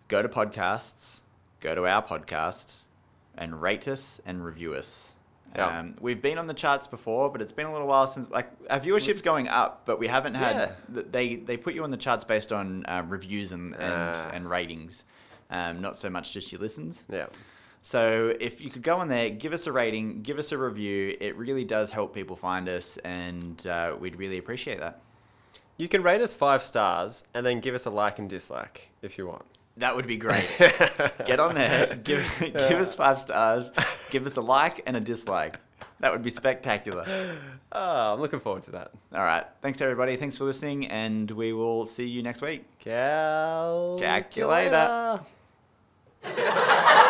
S2: go to podcasts, go to our podcast, and rate us and review us.
S1: Yeah.
S2: Um, we've been on the charts before, but it's been a little while since like our viewership's going up, but we haven't had
S1: Mm. Yeah.
S2: th- they they put you on the charts based on uh, reviews and and,
S1: Ah.
S2: and ratings, um, not so much just your listens.
S1: Yeah.
S2: So if you could go on there, give us a rating, give us a review, it really does help people find us, and uh, we'd really appreciate that.
S1: You can rate us five stars and then give us a like and dislike if you want.
S2: That would be great. Get on there, give give us five stars, give us a like and a dislike. That would be spectacular.
S1: Oh, I'm looking forward to that.
S2: All right, thanks everybody, thanks for listening, and we will see you next week.
S1: Calculator.
S2: Calculator.